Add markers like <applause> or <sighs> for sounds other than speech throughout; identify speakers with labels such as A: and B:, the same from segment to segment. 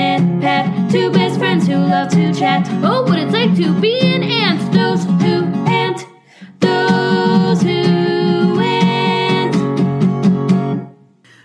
A: pad. Two best friends who love to chat. Oh, what it's like to be an ant. Those who ant. Those who ant.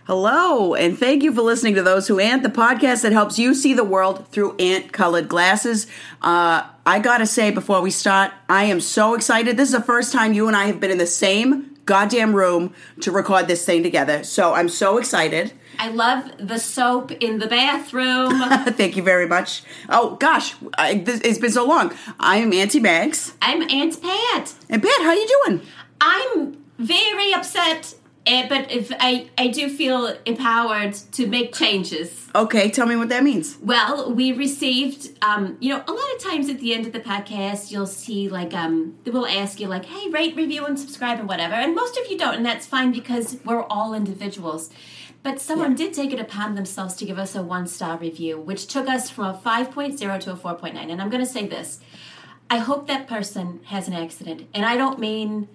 B: Hello, and thank you for listening to Those Who Ant, the podcast that helps you see the world through ant colored glasses. Uh, I gotta say, before we start, I am so excited. This is the first time you and I have been in the same goddamn room to record this thing together. So I'm so excited. <laughs>
C: I love the soap in the bathroom.
B: Thank you very much. Oh, gosh, I, this, it's been so long. I am Auntie Mags.
C: I'm Aunt Pat.
B: And Pat, how you doing?
C: I'm very upset, eh, but if I, I do feel empowered to make changes.
B: Okay, tell me what that means.
C: Well, we received, um, you know, a lot of times at the end of the podcast, you'll see like um, they will ask you like, "Hey, rate, review, and subscribe, and whatever." And most of you don't, and that's fine because we're all individuals. But someone did take it upon themselves to give us a one-star review, which took us from a 5.0 to a 4.9. And I'm going to say this: I hope that person has an accident, and I don't mean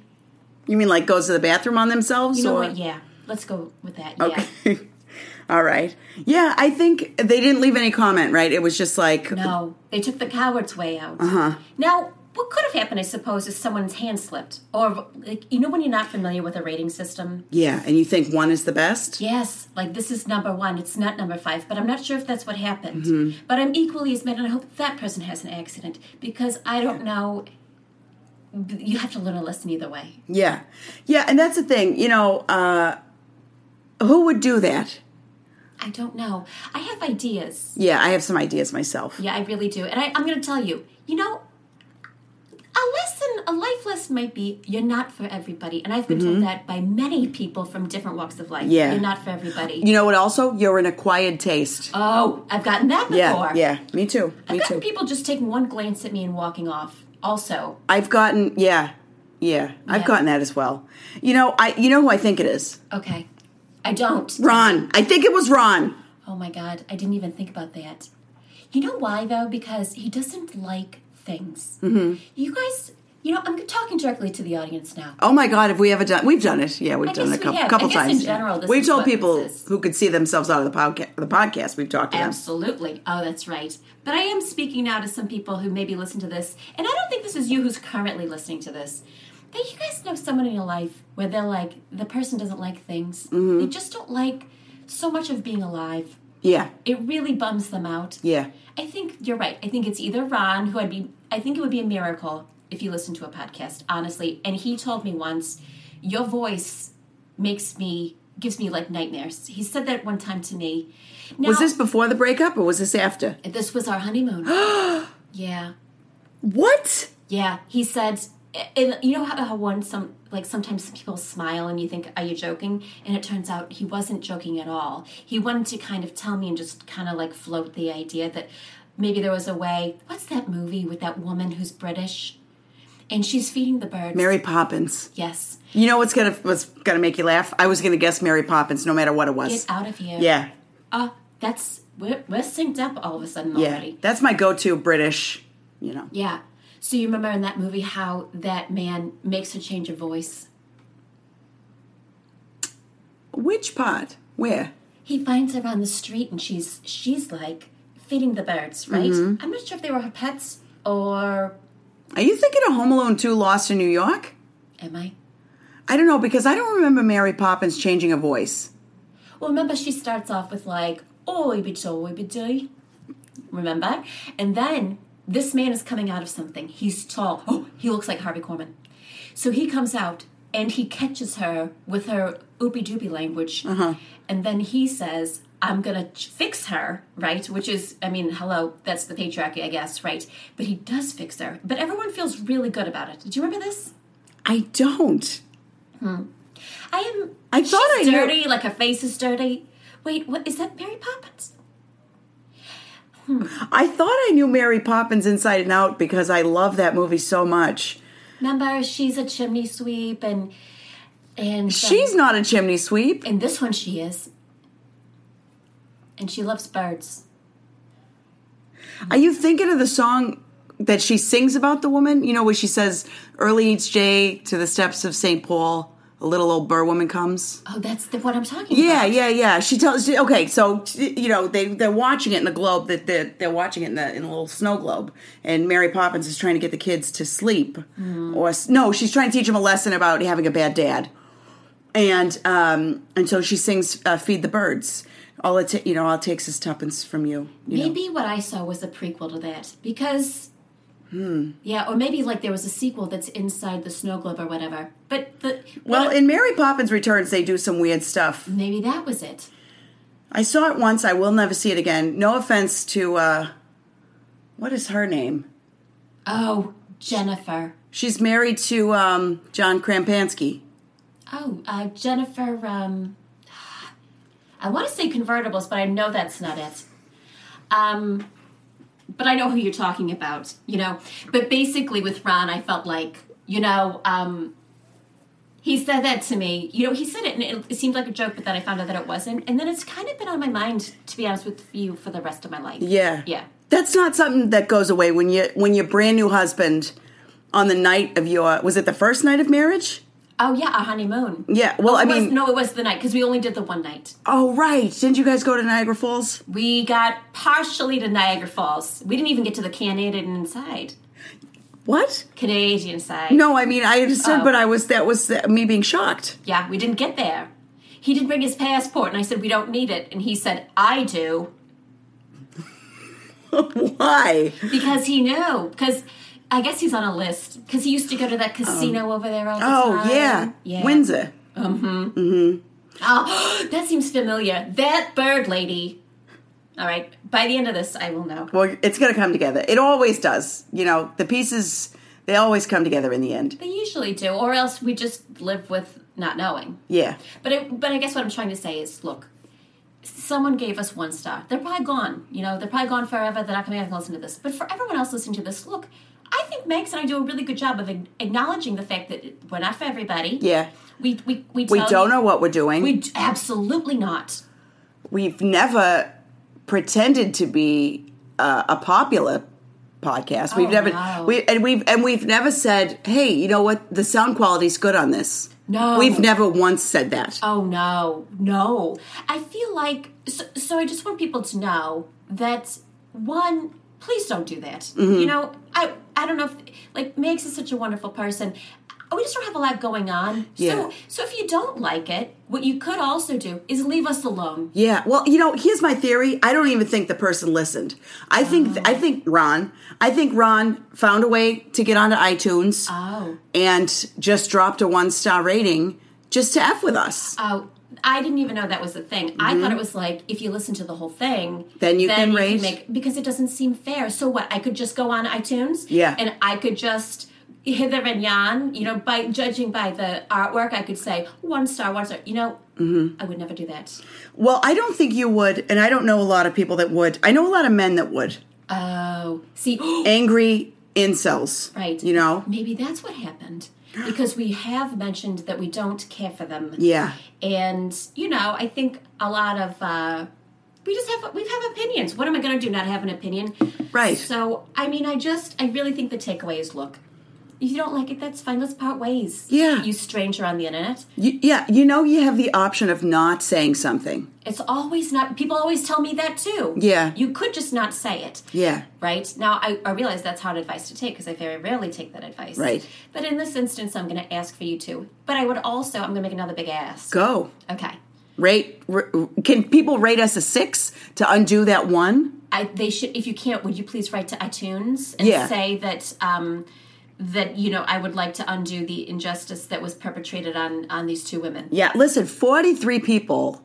B: You mean like goes to the bathroom on themselves?
C: you know
B: or?
C: what? Yeah, let's go with that. Yeah.
B: Okay. <laughs> All right. Yeah, I think they didn't leave any comment, right? It was just like,
C: No, they took the coward's way out. Uh-huh. Now, what could have happened, I suppose, is someone's hand slipped, or like you know when you're not familiar with a rating system.
B: yeah, and you think one is the best?
C: Yes, like this is number one, it's not number five, but I'm not sure if that's what happened. But I'm equally as mad, and I hope that person has an accident because I don't know. You have to learn a lesson either way.
B: Yeah. Yeah, and that's the thing, you know, uh who would do that?
C: I don't know. I have ideas.
B: Yeah, I have some ideas myself.
C: Yeah, I really do. And I, I'm going to tell you, you know, a lesson, a life lesson might be you're not for everybody. And I've been told that by many people from different walks of life.
B: Mm-hmm. Yeah.
C: You're not for everybody.
B: You know what also? You're an acquired taste.
C: oh, I've gotten that before.
B: yeah. Yeah, me too.
C: I've
B: me
C: gotten
B: too.
C: people just taking one glance at me and walking off. Also,
B: I've gotten yeah. Yeah, I've
C: Yeah.
B: gotten that as well. You know, I you know who I think it is?
C: okay, I don't.
B: Ron. I think it was Ron.
C: Oh my God, I didn't even think about that. You know why though? Because he doesn't like things. Mm-hmm. You guys, you know, I'm talking directly to the audience now.
B: Oh my God! Have we ever done? We've done it. Yeah, we've
C: I
B: done it a
C: guess we
B: couple,
C: have. I
B: couple
C: guess in
B: times.
C: general, this
B: we've
C: is
B: told
C: what
B: people
C: this is.
B: who could see themselves out of the podcast. The podcast we've talked to them.
C: Absolutely. Oh, that's right. But I am speaking now to some people who maybe listen to this, and I don't think this is you who's currently listening to this. But you guys know someone in your life where they're like, the person doesn't like things.
B: Mm-hmm.
C: They just don't like so much of being alive.
B: Yeah,
C: It really bums them out.
B: yeah,
C: I think you're right. I think it's either Ron, who I'd be, I think it would be a miracle if you listened to a podcast, honestly. And he told me once, your voice makes me, gives me like nightmares. He said that one time to me. Now,
B: Was this before the breakup or was this after?
C: this was
B: <gasps>
C: our honeymoon. yeah,
B: What?
C: yeah. He said, and you know how, how one some like sometimes some people smile and you think, "Are you joking?" And it turns out he wasn't joking at all. He wanted to kind of tell me and just kind of like float the idea that maybe there was a way. What's that movie with that woman who's British, and she's feeding the birds?
B: Mary Poppins.
C: Yes,
B: You know what's gonna what's gonna make you laugh? I was gonna guess Mary Poppins, no matter what it was.
C: get out of here.
B: yeah,
C: Uh, that's we're, we're synced up all of a sudden
B: yeah.
C: already.
B: That's my go-to British. You know.
C: Yeah. So you remember in that movie how that man makes her change her voice.
B: Which part? Where?
C: he finds her on the street and she's she's like feeding the birds right i'm not sure if they were her pets or
B: Are you thinking of Home Alone Two: Lost in New York?
C: am i
B: I don't know because I don't remember Mary Poppins changing a voice.
C: well remember she starts off with like oh be remember and then this man is coming out of something he's tall <gasps> oh he looks like harvey Korman. so he comes out and he catches her with her oopy doopy language
B: Uh-huh.
C: and then he says i'm gonna ch- fix her right which is i mean hello that's the patriarchy i guess right but he does fix her but everyone feels really good about it do you remember this
B: I don't.
C: i am
B: I thought
C: she's
B: I knew-
C: dirty like her face is dirty wait what is that mary poppins
B: I thought I knew Mary Poppins inside and out because I love that movie so much.
C: Remember, she's a chimney sweep, and and um,
B: She's not a chimney sweep.
C: and this one she is, and she loves birds.
B: Are you thinking of the song that she sings about the woman? You know, where she says, early each day to the steps of St. Paul, a little old burr woman comes.
C: Oh, that's the, what I'm talking
B: Yeah,
C: about.
B: yeah, yeah. She tells. She, okay, so you know they they're watching it in the globe that they're, they're watching it in the in a little snow globe, and Mary Poppins is trying to get the kids to sleep, or s- no, she's trying to teach them a lesson about having a bad dad, and um and so she sings uh, "Feed the Birds." All it ta- you know all it takes is tuppence from you. you know.
C: Maybe what I saw was a prequel to that because.
B: Hmm.
C: Yeah, or maybe like there was a sequel that's inside the snow globe or whatever. But the
B: Well, in Mary Poppins Returns, they do some weird stuff.
C: maybe that was it.
B: I saw it once. I will never see it again. No offense to uh, what is her name?
C: Oh, Jennifer.
B: She's married to um, John Krampansky.
C: Oh, uh, Jennifer. Um, I want to say convertibles, but I know that's not it. Um, but I know who you're talking about. You know, but basically with Ron, I felt like you know. Um, he said that to me. You know, he said it, and it, it seemed like a joke, but then I found out that it wasn't. And then it's kind of been on my mind, to be honest with you, for the rest of my life.
B: Yeah,
C: Yeah.
B: That's not something that goes away when you when your brand new husband on the night of your was it the first night of marriage?
C: Oh yeah, our honeymoon.
B: Yeah. Well, I
C: It was-
B: mean,
C: no, it was the night because we only did the one night.
B: oh right, didn't you guys go to Niagara Falls?
C: We got partially to Niagara Falls. We didn't even get to the Canadian side.
B: What?
C: Canadian side.
B: No, I mean I understood,
C: Oh.
B: but I was that was uh, me being shocked. <laughs>
C: Yeah, we didn't get there. He didn't bring his passport, and I said, We don't need it. And he said, I do.
B: Why?
C: Because he knew. Because I guess he's on a list. Because he used to go to that casino over there all the
B: Oh
C: time.
B: yeah, Windsor.
C: Oh, <gasps> that seems familiar. That bird lady. All right. By the end of this, I will know.
B: Well, it's going to come together. It always does. You know, the pieces they always come together in the end.
C: They usually do, or else we just live with not knowing.
B: Yeah.
C: But I, but I guess what I'm trying to say is, look, someone gave us one star. They're probably gone. You know, they're probably gone forever. They're not going to have to listen to this. But for everyone else listening to this, look, I think Megs and I do a really good job of ag- acknowledging the fact that we're not for everybody.
B: Yeah.
C: We we we,
B: We
C: tell
B: don't
C: you-
B: know what we're doing.
C: We d- absolutely not.
B: We've never pretended to be uh, a popular podcast. We've
C: Oh,
B: never
C: no.
B: we and we've and we've never said, "Hey, you know what? The sound quality's good on this."
C: No.
B: We've never once said that.
C: Oh no, no. I feel like so, so I just want people to know that one, please don't do that. You know, I I don't know if like Megs is such a wonderful person. We just don't have a lot going on.
B: Yeah.
C: So so if you don't like it, what you could also do is leave us alone.
B: Yeah. Well, you know, here's my theory. I don't even think the person listened. I think I
C: Oh.
B: think Ron, I think Ron found a way to get onto iTunes.
C: Oh.
B: and just dropped a one star rating just to F with us.
C: Oh, I didn't even know that was a thing. I thought it was like if you listen to the whole thing,
B: Mm-hmm. Then you can rate.
C: make because it doesn't seem fair. So what? I could just go on iTunes,
B: Yeah.
C: and I could just hither and yon. You know, by judging by the artwork, I could say one star, one star. You know,
B: Mm-hmm.
C: I would never do that.
B: Well, I don't think you would, and I don't know a lot of people that would. I know a lot of men that would.
C: Oh,
B: <gasps>
C: see,
B: Angry incels.
C: right?
B: You know?
C: maybe that's what happened because we have mentioned that we don't care for them.
B: Yeah.
C: and you know i think a lot of uh we just have we have opinions what am i going to do not have an opinion
B: Right.
C: so i mean i just i really think the takeaway is look if you don't like it that's fine let's part ways
B: Yeah.
C: you stranger on the internet
B: You, yeah. You know, you have the option of not saying something.
C: it's always not people always tell me that too
B: Yeah.
C: you could just not say it
B: Yeah.
C: right now i, I realize that's hard advice to take because i very rarely take that advice
B: Right.
C: but in this instance i'm going to ask for you to but i would also i'm going to make another big ask
B: Go.
C: okay
B: Rate. r- can people rate us a six to undo that one?
C: I, they should if you can't would you please write to itunes and
B: Yeah.
C: say that um that you know i would like to undo the injustice that was perpetrated on on these two women
B: Yeah. Listen, 43 people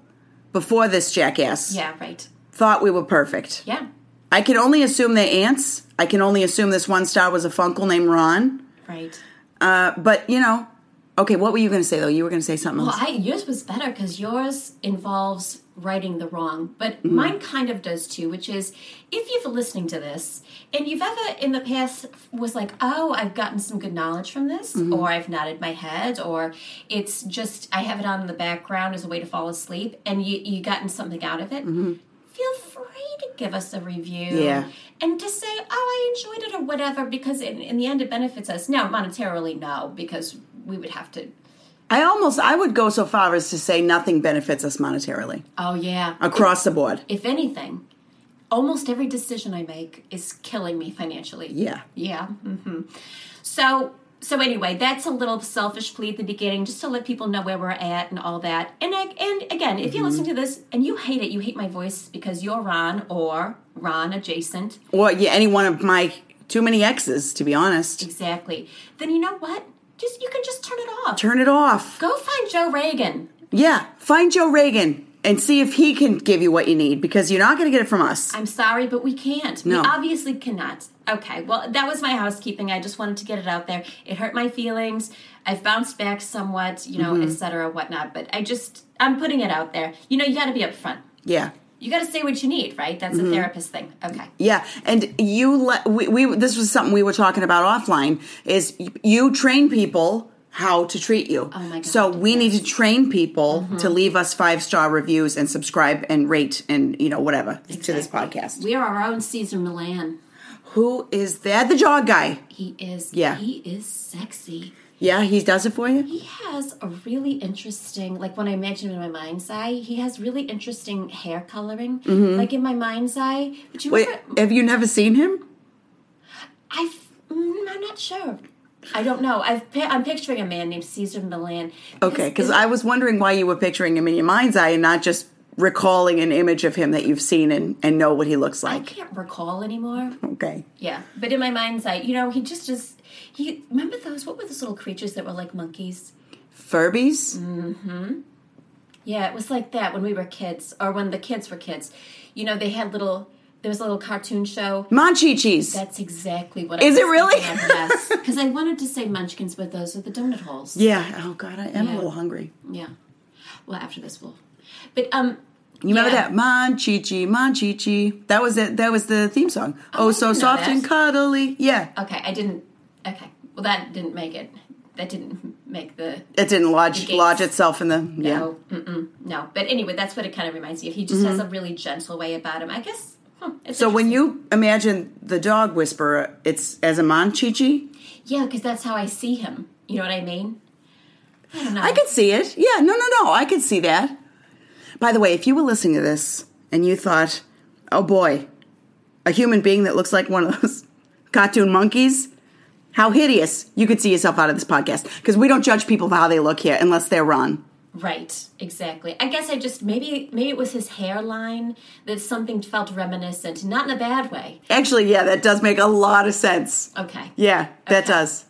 B: before this jackass
C: yeah right
B: thought we were perfect.
C: yeah
B: I can only assume they ants. I can only assume this one star was a funkle named Ron.
C: right
B: Uh, but you know, okay. What were you going to say though? You were going to say something
C: well
B: else.
C: i yours was better because yours involves righting the wrong but mine kind of does too which is if you've listening to this and you've ever in the past was like oh i've gotten some good knowledge from this or i've nodded my head or it's just i have it on in the background as a way to fall asleep and you you gotten something out of it feel free to give us a review
B: Yeah.
C: and to say oh i enjoyed it or whatever because in, in the end it benefits us now monetarily no because we would have to
B: I almost I would go so far as to say nothing benefits us monetarily
C: Oh yeah.
B: across the board.
C: If anything, almost every decision I make is killing me financially.
B: Yeah.
C: Yeah. hmm So so anyway, that's a little selfish plea at the beginning, just to let people know where we're at and all that. And I, and again, if you're listening to this and you hate it, you hate my voice because you're Ron or Ron adjacent,
B: Well, yeah, any one of my too many exes, to be honest.
C: exactly. Then you know what? Just you can just turn it off.
B: Turn it off.
C: Go find Joe Reagan.
B: Yeah, find Joe Reagan and see if he can give you what you need because you're not going to get it from us.
C: I'm sorry, but we can't.
B: No.
C: We obviously cannot. Okay, well, that was my housekeeping. I just wanted to get it out there. It hurt my feelings. I've bounced back somewhat, you
B: Mm-hmm.
C: know, et cetera, whatnot. But I just, I'm putting it out there. You know, you got to be upfront.
B: Yeah.
C: You got to say what you need, right? That's
B: Mm-hmm.
C: a therapist thing. Okay.
B: Yeah, and you let we, we this was something we were talking about offline is y- you train people how to treat you. Oh
C: my God, Mm-hmm.
B: So we need to train people to leave us five star reviews and subscribe and rate and you know whatever to this podcast.
C: We are our own Caesar Milan.
B: Who is that? The jaw guy.
C: He is,
B: Yeah.
C: he is sexy.
B: Yeah, he does it for you.
C: He has a really interesting, like when I imagine him in my mind's eye, he has really interesting hair coloring. Like in my mind's eye. Would
B: Mm-hmm.
C: you
B: Wait,
C: remember-
B: have you never seen him?
C: I, am not sure. I don't know. I've pi- I'm picturing a man named Caesar Milan.
B: Okay, because I was wondering why you were picturing him in your mind's eye and not just recalling an image of him that you've seen and, and know what he looks
C: I
B: like.
C: can't recall anymore.
B: Okay.
C: Yeah, but in my mind's eye, you know, he just is. He remember those? What were those little creatures that were like monkeys?
B: Furbies?
C: Mm. Yeah, it was like that when we were kids, or when the kids were kids. You know, they had little. There was a little cartoon show.
B: Manchichis.
C: That's exactly what.
B: Is
C: I
B: it
C: was
B: really?
C: thinking of, Yes, because I wanted to say Munchkins, but those are the donut holes.
B: Yeah. Oh God, I am
C: Yeah.
B: a little hungry.
C: Yeah. Well, after this, we'll. But um.
B: You remember
C: Yeah.
B: that Manchichi, Manchichi? That was it. That was the theme song. Oh,
C: I
B: so
C: didn't know
B: soft
C: that. Oh.
B: and cuddly. Yeah.
C: Okay, I didn't. Okay, well that didn't make it. That didn't make the
B: It didn't lodge
C: Gates.
B: lodge itself in the yeah.
C: no, mm-mm, no. But anyway, that's what it kind of reminds me of. He just has a really gentle way about him. I guess. Huh, it's
B: Mm-hmm. So when
C: interesting.
B: you imagine the dog whisperer, it's as a Manchichi.
C: yeah, because that's how I see him. You know what I mean? I don't know.
B: I could see it. Yeah. No, no, no. I could see that. By the way, if you were listening to this and you thought, "Oh boy, a human being that looks like one of those <laughs> cartoon monkeys," how hideous! You could see yourself out of this podcast because we don't judge people for how they look here unless they're Ron.
C: Right, exactly. I guess I just maybe maybe it was his hairline that something felt reminiscent, not in a bad way.
B: Actually, yeah, that does make a lot of sense.
C: Okay.
B: Yeah, that does.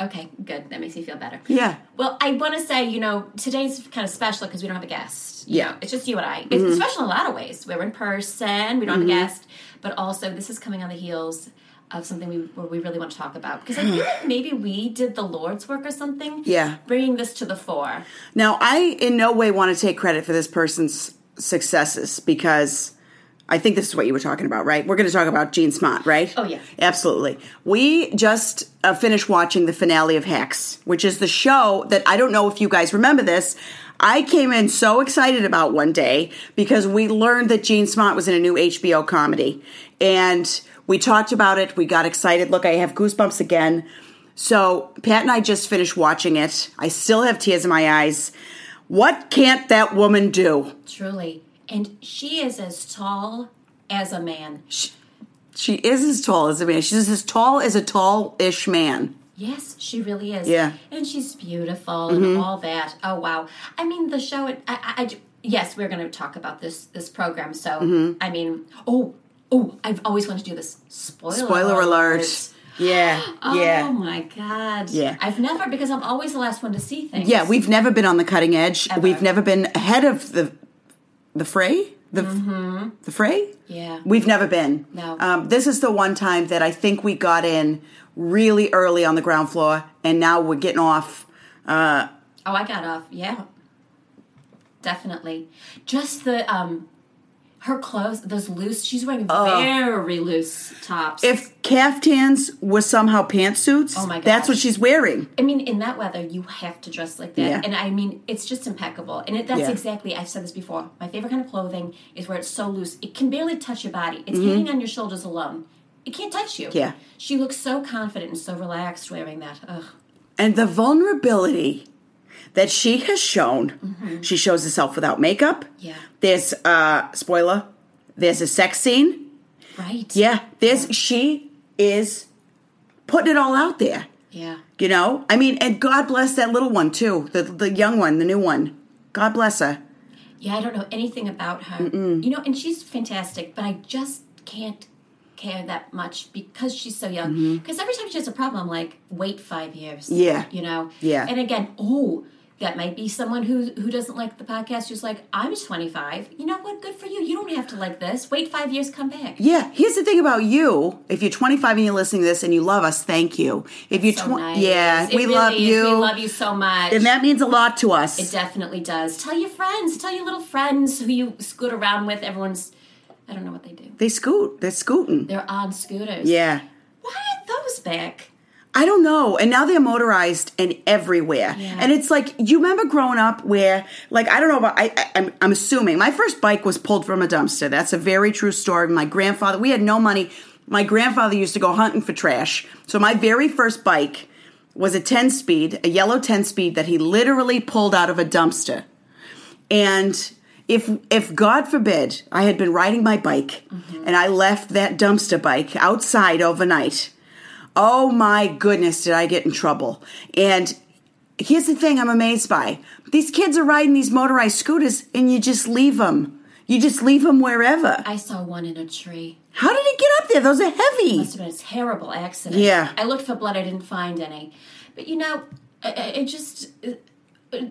C: Okay. Good. That makes me feel better.
B: Yeah.
C: Well, I want to say, you know, today's kind of special because we don't have a guest. You
B: Yeah. Mm-hmm.
C: know, it's just you and I. It's it's special in a lot of ways. We're in person, we don't have a guest, but also this is coming on the heels of something we where we really want to talk about because I feel
B: <sighs>
C: like maybe we did the Lord's work or something.
B: Yeah.
C: bringing this to the fore.
B: Now, I in no way want to take credit for this person's successes because I think this is what you were talking about, right? We're going to talk about Gene Smart, right?
C: Oh, yeah.
B: Absolutely. We just uh, finished watching the finale of Hacks, which is the show that I don't know if you guys remember this. I came in so excited about one day because we learned that Gene Smart was in a new HBO comedy. And we talked about it. We got excited. Look, I have goosebumps again. So, Pat and I just finished watching it. I still have tears in my eyes. What can't that woman do?
C: Truly, and she is as tall as a man.
B: She is as tall as a man. She's as tall as a tall ish man.
C: Yes, she really is.
B: Yeah. Mm-hmm.
C: and she's beautiful and all that. Oh wow! I mean, the show. It, I, I, I- yes, we're going to talk about this this program. So
B: Mm-hmm.
C: I mean, oh, oh, I've always wanted to do this. Spoiler,
B: Spoiler alert. Yeah.
C: Oh
B: yeah.
C: my god.
B: Yeah.
C: I've never because I'm always the last one to see things.
B: Yeah, we've never been on the cutting edge.
C: Ever.
B: We've never been ahead of the the fray. The the fray?
C: Yeah.
B: We've never been.
C: No.
B: Um, this is the one time that I think we got in really early on the ground floor and now we're getting off.
C: Oh, I got off. Yeah. Definitely. Just the um her clothes, those loose. She's wearing very loose tops.
B: If caftans were somehow pantsuits,
C: Oh my
B: that's
C: gosh.
B: what she's wearing.
C: I mean, in that weather, you have to dress like that.
B: Yeah.
C: And I mean, it's just impeccable. And it, that's
B: Yeah.
C: exactly, I've said this before, my favorite kind of clothing is where it's so loose. It can barely touch your body, it's hanging on your shoulders alone. It can't touch you.
B: Mm-hmm. Yeah.
C: She looks so confident and so relaxed wearing that. Ugh.
B: And the vulnerability that she has shown. She shows herself without makeup.
C: Mm-hmm. Yeah.
B: There's uh spoiler. There's a sex scene.
C: Right.
B: Yeah. There's she is putting it all out there.
C: Yeah.
B: You know? I mean, and God bless that little one too. The the young one, the new one. God bless her.
C: Yeah, I don't know anything about her. You know, and she's fantastic, but I just can't care that much because she's so young. Because every time she has a problem, I'm like, wait five years.
B: Mm-hmm. Yeah.
C: You know?
B: Yeah.
C: And again, oh, that might be someone who who doesn't like the podcast who's like, I'm 25. You know what? Good for you. You don't have to like this. Wait five years, come back.
B: Yeah, here's the thing about you. If you're 25 and you're listening to this and you love us, thank you. If you're
C: So
B: 20,
C: nice.
B: yeah,
C: It
B: we
C: really
B: love
C: is.
B: you.
C: We love you so much.
B: and that means a lot to us.
C: It definitely does. Tell your friends. Tell your little friends who you scoot around with. Everyone's, I don't know what they do.
B: They scoot. They're scooting.
C: They're on scooters.
B: yeah.
C: Why are those back?
B: I don't know. And now they're motorized and everywhere.
C: Yeah.
B: And it's like you remember growing up where, like, I don't know about. I, I I'm, I'm assuming my first bike was pulled from a dumpster. That's a very true story. My grandfather. We had no money. My grandfather used to go hunting for trash. So my very first bike was a 10 speed, a yellow 10 speed that he literally pulled out of a dumpster. And if if God forbid I had been riding my bike and I left that dumpster bike outside overnight, oh my goodness, did I get in trouble? And here's the thing I'm amazed by. These kids are riding these motorized scooters and you just leave them. You just leave them wherever.
C: I saw one in a tree.
B: How did it get up there? Those are heavy.
C: Must have been a terrible accident.
B: Yeah.
C: I looked for blood. I didn't find any. But you know, I- I- it just. it-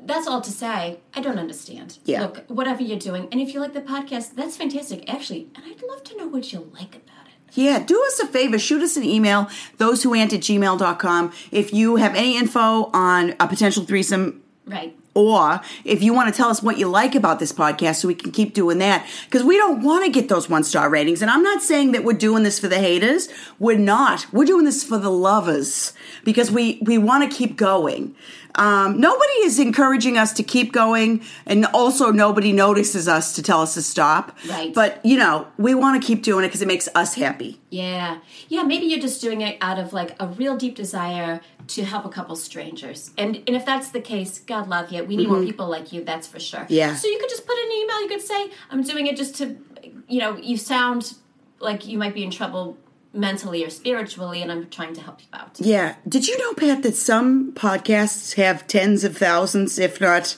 C: That's all to say. I don't understand.
B: Yeah.
C: Look, whatever you're doing, and if you like the podcast, that's fantastic, actually. And I'd love to know what you like about it.
B: Yeah, do us a favor. Shoot us an email, thosewhoant at gmail.com. If you have any info on a potential threesome
C: Right.
B: or if you want to tell us what you like about this podcast so we can keep doing that because we don't want to get those one star ratings and i'm not saying that we're doing this for the haters we're not we're doing this for the lovers because we we want to keep going um, nobody is encouraging us to keep going and also nobody notices us to tell us to stop
C: Right.
B: but you know we want to keep doing it because it makes us happy
C: Yeah. Yeah, maybe you're just doing it out of like a real deep desire to help a couple strangers. And and if that's the case, God love you. We need more people like you, that's for sure.
B: Yeah.
C: So you could just put in an email, you could say, I'm doing it just to you know, you sound like you might be in trouble mentally or spiritually and I'm trying to help you out.
B: Yeah. Did you know, Pat, that some podcasts have tens of thousands, if not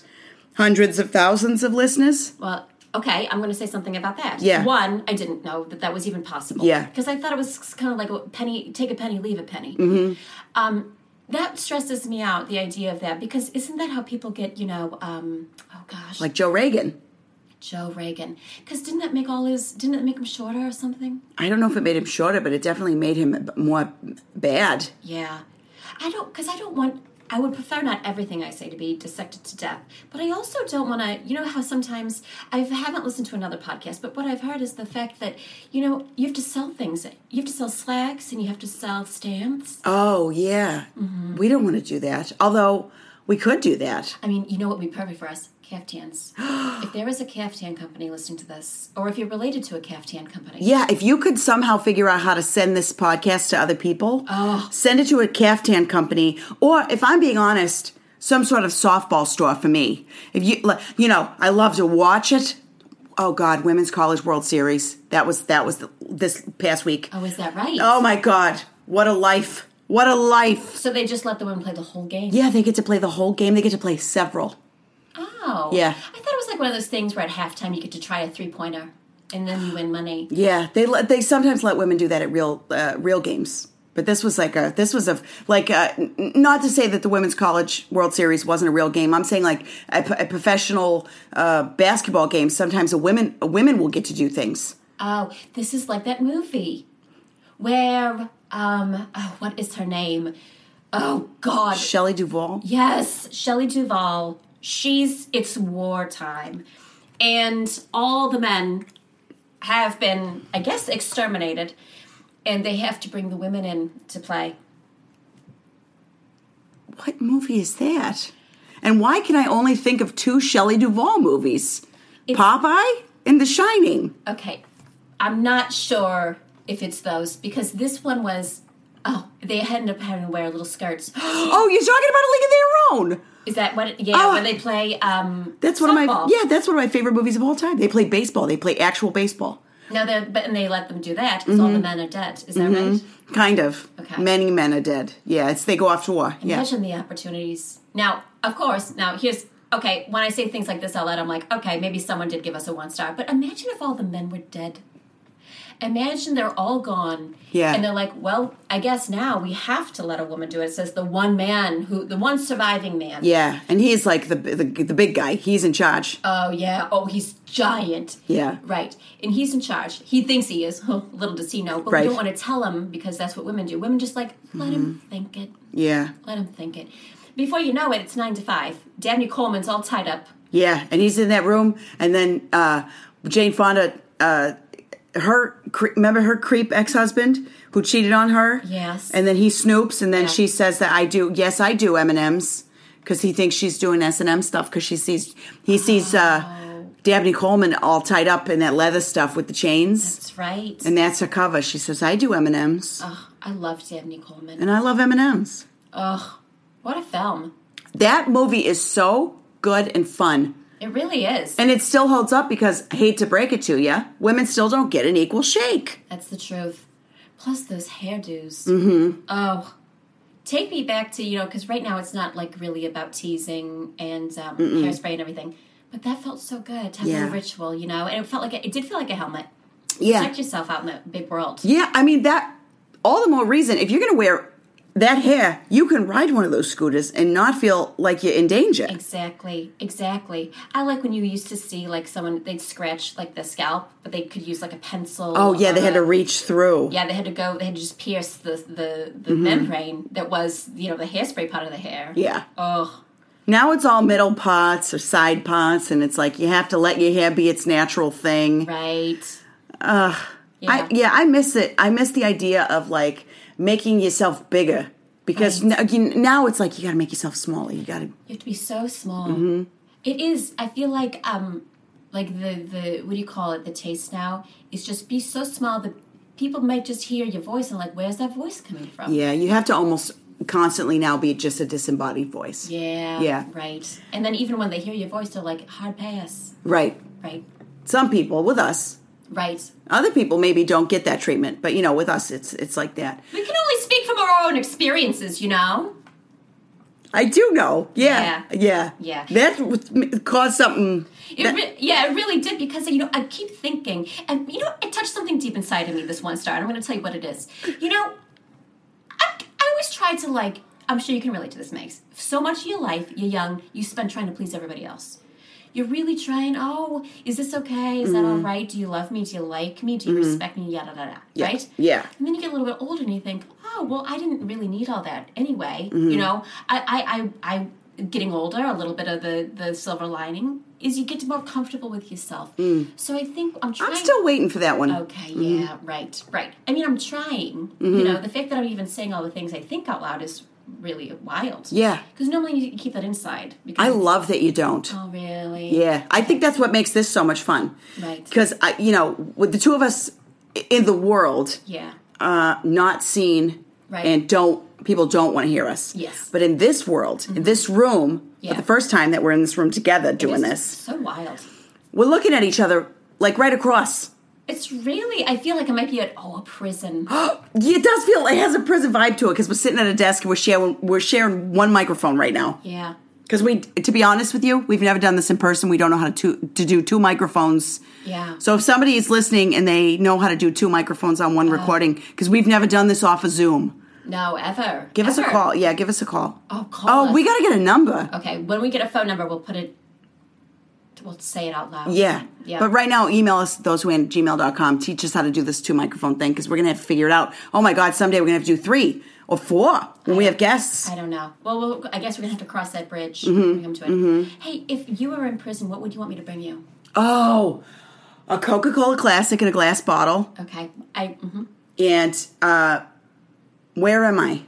B: hundreds of thousands of listeners?
C: Well, okay, I'm going to say something about that.
B: Yeah.
C: One, I didn't know that that was even possible.
B: Yeah.
C: Because I thought it was kind of like a penny, take a penny, leave a penny.
B: Mm-hmm.
C: Um, that stresses me out, the idea of that, because isn't that how people get, you know, um, oh gosh,
B: Like Joe Reagan.
C: Joe Reagan? Because didn't that make all his, didn't it make him shorter or something?
B: I don't know if it made him shorter, but it definitely made him b- more bad.
C: Yeah. I don't, because I don't want, I would prefer not everything I say to be dissected to death, but I also don't want to, you know, how sometimes I haven't listened to another podcast, but what I've heard is the fact that, you know, you have to sell things. You have to sell slacks and you have to sell stamps.
B: Oh, yeah. Mm-hmm. We don't want to do that. Although we could do that.
C: I mean, you know what would be perfect for us?
B: <gasps>
C: Caftans. if there is a caftan company listening to this, or if you're related to a caftan company,
B: Yeah, if you could somehow figure out how to send this podcast to other people, send it to a caftan company, or if I'm being honest, some sort of softball store for me. If you, like, you know, I love to watch it. Oh God, Women's College World Series. That was that was the, this past week.
C: oh, is that right?
B: Oh my God, what a life! What a life!
C: So they just let the women play the whole game.
B: Yeah, they get to play the whole game. They get to play several.
C: Oh.
B: Yeah.
C: I thought it was like one of those things where at halftime you get to try a three pointer and then you win money.
B: Yeah, they let they sometimes let women do that at real uh, real games. But this was like a this was a like a, n- not to say that the women's college world series wasn't a real game. I'm saying like a, p- a professional uh, basketball game. Sometimes a women a women will get to do things.
C: Oh, this is like that movie where um oh, what is her name? Oh god.
B: Shelley Duvall.
C: Yes, Shelley Duvall. She's it's wartime. And all the men have been, I guess, exterminated. And they have to bring the women in to play.
B: What movie is that? And why can I only think of two Shelley Duvall movies?
C: It's-
B: Popeye and The Shining.
C: Okay. I'm not sure if it's those because this one was Oh, they end up having to wear little skirts. <gasps>
B: Oh, you're talking about a league of their own.
C: Is that what? Yeah,
B: Oh.
C: when they play. Um,
B: That's one
C: softball.
B: of my yeah. That's one of my favorite movies of all time. They play baseball. They play actual baseball.
C: Now they but and they let them do that because all
B: Mm-hmm.
C: the men are dead. Is that right?
B: Kind of.
C: Okay.
B: Many men are dead. Yeah, it's they go off to war. Yeah.
C: Imagine the opportunities. Now, of course, now here's okay. When I say things like this out loud, I'm like, okay, maybe someone did give us a one star, but imagine if all the men were dead. Imagine they're all gone.
B: Yeah.
C: And they're like, well, I guess now we have to let a woman do it. It says the one man who, the one surviving man.
B: Yeah, and he's like the, the the big guy. He's in charge.
C: Oh yeah. Oh, he's giant.
B: Yeah.
C: Right. And he's in charge. He thinks he is. <laughs> Little does he know. But
B: Right.
C: we don't want to tell him because that's what women do. Women just like let him
B: Mm-hmm.
C: think it.
B: Yeah.
C: Let him think it. Before you know it, it's nine to five. Danny Coleman's all tied up.
B: Yeah, and he's in that room, and then uh, Jane Fonda, uh, her cre- remember her creep ex husband who cheated on her.
C: Yes.
B: and then he snoops, and then
C: Yeah.
B: she says that I do. Yes, I do M and M's because he thinks she's doing S and M stuff because she sees he sees
C: Oh.
B: uh, Dabney Coleman all tied up in that leather stuff with the chains,
C: That's right.
B: and that's her cover. She says I do M and M's,
C: oh, I love Danny Coleman.
B: and I love M and M's.
C: Oh, what a film!
B: That movie is so good and fun.
C: It really is.
B: And it still holds up because, I hate to break it to you, women still don't get an equal shake.
C: That's the truth. Plus those hairdos. Mm-hmm. Oh, take me back to you know because right now it's not like really about teasing and um, hairspray and everything, but that felt so good to have a
B: Yeah.
C: little ritual, you know, and it felt like a, it did feel like a helmet.
B: Yeah.
C: Protect yourself out in the big world.
B: Yeah, I mean, that, all the more reason, if you're going to wear that hair, you can ride one of those scooters and not feel like you're in danger.
C: Exactly, exactly. I like when you used to see like someone they'd scratch like the scalp, but they could use like a pencil.
B: Oh, yeah,
C: or
B: they had
C: a-
B: to reach through.
C: Yeah, they had to go. They had to just pierce the the, the membrane that was you know the hairspray part of the hair.
B: Mm-hmm. Yeah.
C: Oh,
B: Now it's all middle parts or side parts, and it's like you have to let your hair be its natural thing.
C: right. Ugh.
B: I, yeah, I miss it. I miss the idea of like making yourself bigger because
C: Right.
B: now, again, now it's like you got to make yourself smaller. You got to
C: You have to be so small.
B: Mm-hmm.
C: It is. I feel like um, like the the what do you call it? The taste now is just be so small that people might just hear your voice and like, where's that voice coming from?
B: Yeah, you have to almost constantly now be just a disembodied voice.
C: Yeah.
B: Yeah.
C: Right. And then even when they hear your voice, they're like, hard pass.
B: Right.
C: Right.
B: Some people with us,
C: Right.
B: other people maybe don't get that treatment, but you know, with us it's it's like that.
C: We can only speak from our own experiences, you know?
B: I do know. Yeah. Yeah.
C: Yeah.
B: That w- caused something.
C: It re- yeah, it really did because, you know, I keep thinking, and, you know, it touched something deep inside of me, this one star, and I'm going to tell you what it is. You know, I, I always try to, like, I'm sure you can relate to this, Megs. So much of your life, you're young, you spend trying to please everybody else. You're really trying, oh, is this okay? Is that all
B: Mm-hmm.
C: right? Do you love me? Do you like me? Do you respect me? Yada, yada, yada.
B: Yeah.
C: Right?
B: Yeah.
C: And then you get a little bit older and you think, oh, well, I didn't really need all that anyway.
B: Mm-hmm.
C: You know, I, I, I, I, getting older, a little bit of the, the silver lining is you get more comfortable with yourself. So I think I'm trying.
B: Mm. I'm still Mm. waiting for that one.
C: Okay, yeah, right, right. I mean, I'm trying.
B: Mm-hmm.
C: You know, the fact that I'm even saying all the things I think out loud is really wild.
B: Yeah.
C: Because normally you keep that inside. Because
B: I love that you don't.
C: Oh, really?
B: Yeah. I think that's what makes this so much fun.
C: Right.
B: Cuz I you know, with the two of us i- in the world,
C: Yeah.
B: uh, not seen
C: Right.
B: and don't people don't want to hear us.
C: Yes.
B: But in this world, in this room,
C: Yeah.
B: for the first time that we're in this room together doing
C: It's
B: this,
C: So wild.
B: we're looking at each other like right across. <gasps>
C: It's really, I feel like I might be at, oh, a prison.
B: It does feel it has a prison vibe to it because we're sitting at a desk and we're sharing we're sharing one microphone right now.
C: yeah.
B: Because we, to be honest with you, we've never done this in person. We don't know how to to do two microphones.
C: Yeah.
B: So if somebody is listening and they know how to do two microphones on
C: Uh-huh.
B: one recording, because we've never done this off of Zoom,
C: No, ever.
B: give us a
C: Ever.
B: call. Yeah, give us a call.
C: Oh, call.
B: Oh,
C: us.
B: we got to get a number.
C: Okay, when we get a phone number, we'll put it. We'll say it out loud.
B: Yeah.
C: Yeah.
B: But right now, email us, those who at gmail.com. Teach us how to do this two microphone thing because we're going to have to figure it out. Oh my God, someday we're going to have to do three or four when we have guests.
C: I don't know. Well, well, I guess we're gonna have to cross that bridge
B: Mm-hmm.
C: when we come to it. Hey, if you were in prison, what would you want me to bring you?
B: Oh, a Coca Cola classic in a glass bottle.
C: mm-hmm. Okay, I. mhm.
B: And uh, where am I?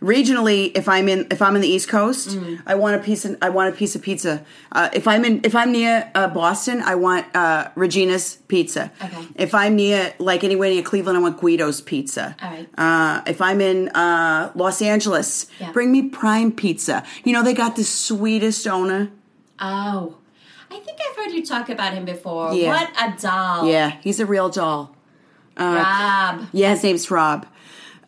B: Regionally, if I'm in if I'm in the East Coast,
C: Mm-hmm.
B: I want a piece of, I want a piece of pizza. Uh, if I'm in if I'm near uh, Boston, I want uh, Regina's pizza.
C: Okay.
B: If I'm near like anywhere near Cleveland, I want Guido's pizza.
C: All right.
B: Uh, if I'm in uh, Los Angeles,
C: Yeah.
B: bring me Prime Pizza. You know they got the sweetest owner.
C: Oh, I think I've heard you talk about him before.
B: Yeah.
C: What a doll.
B: Yeah, he's a real doll.
C: Rob.
B: Yeah, his name's Rob.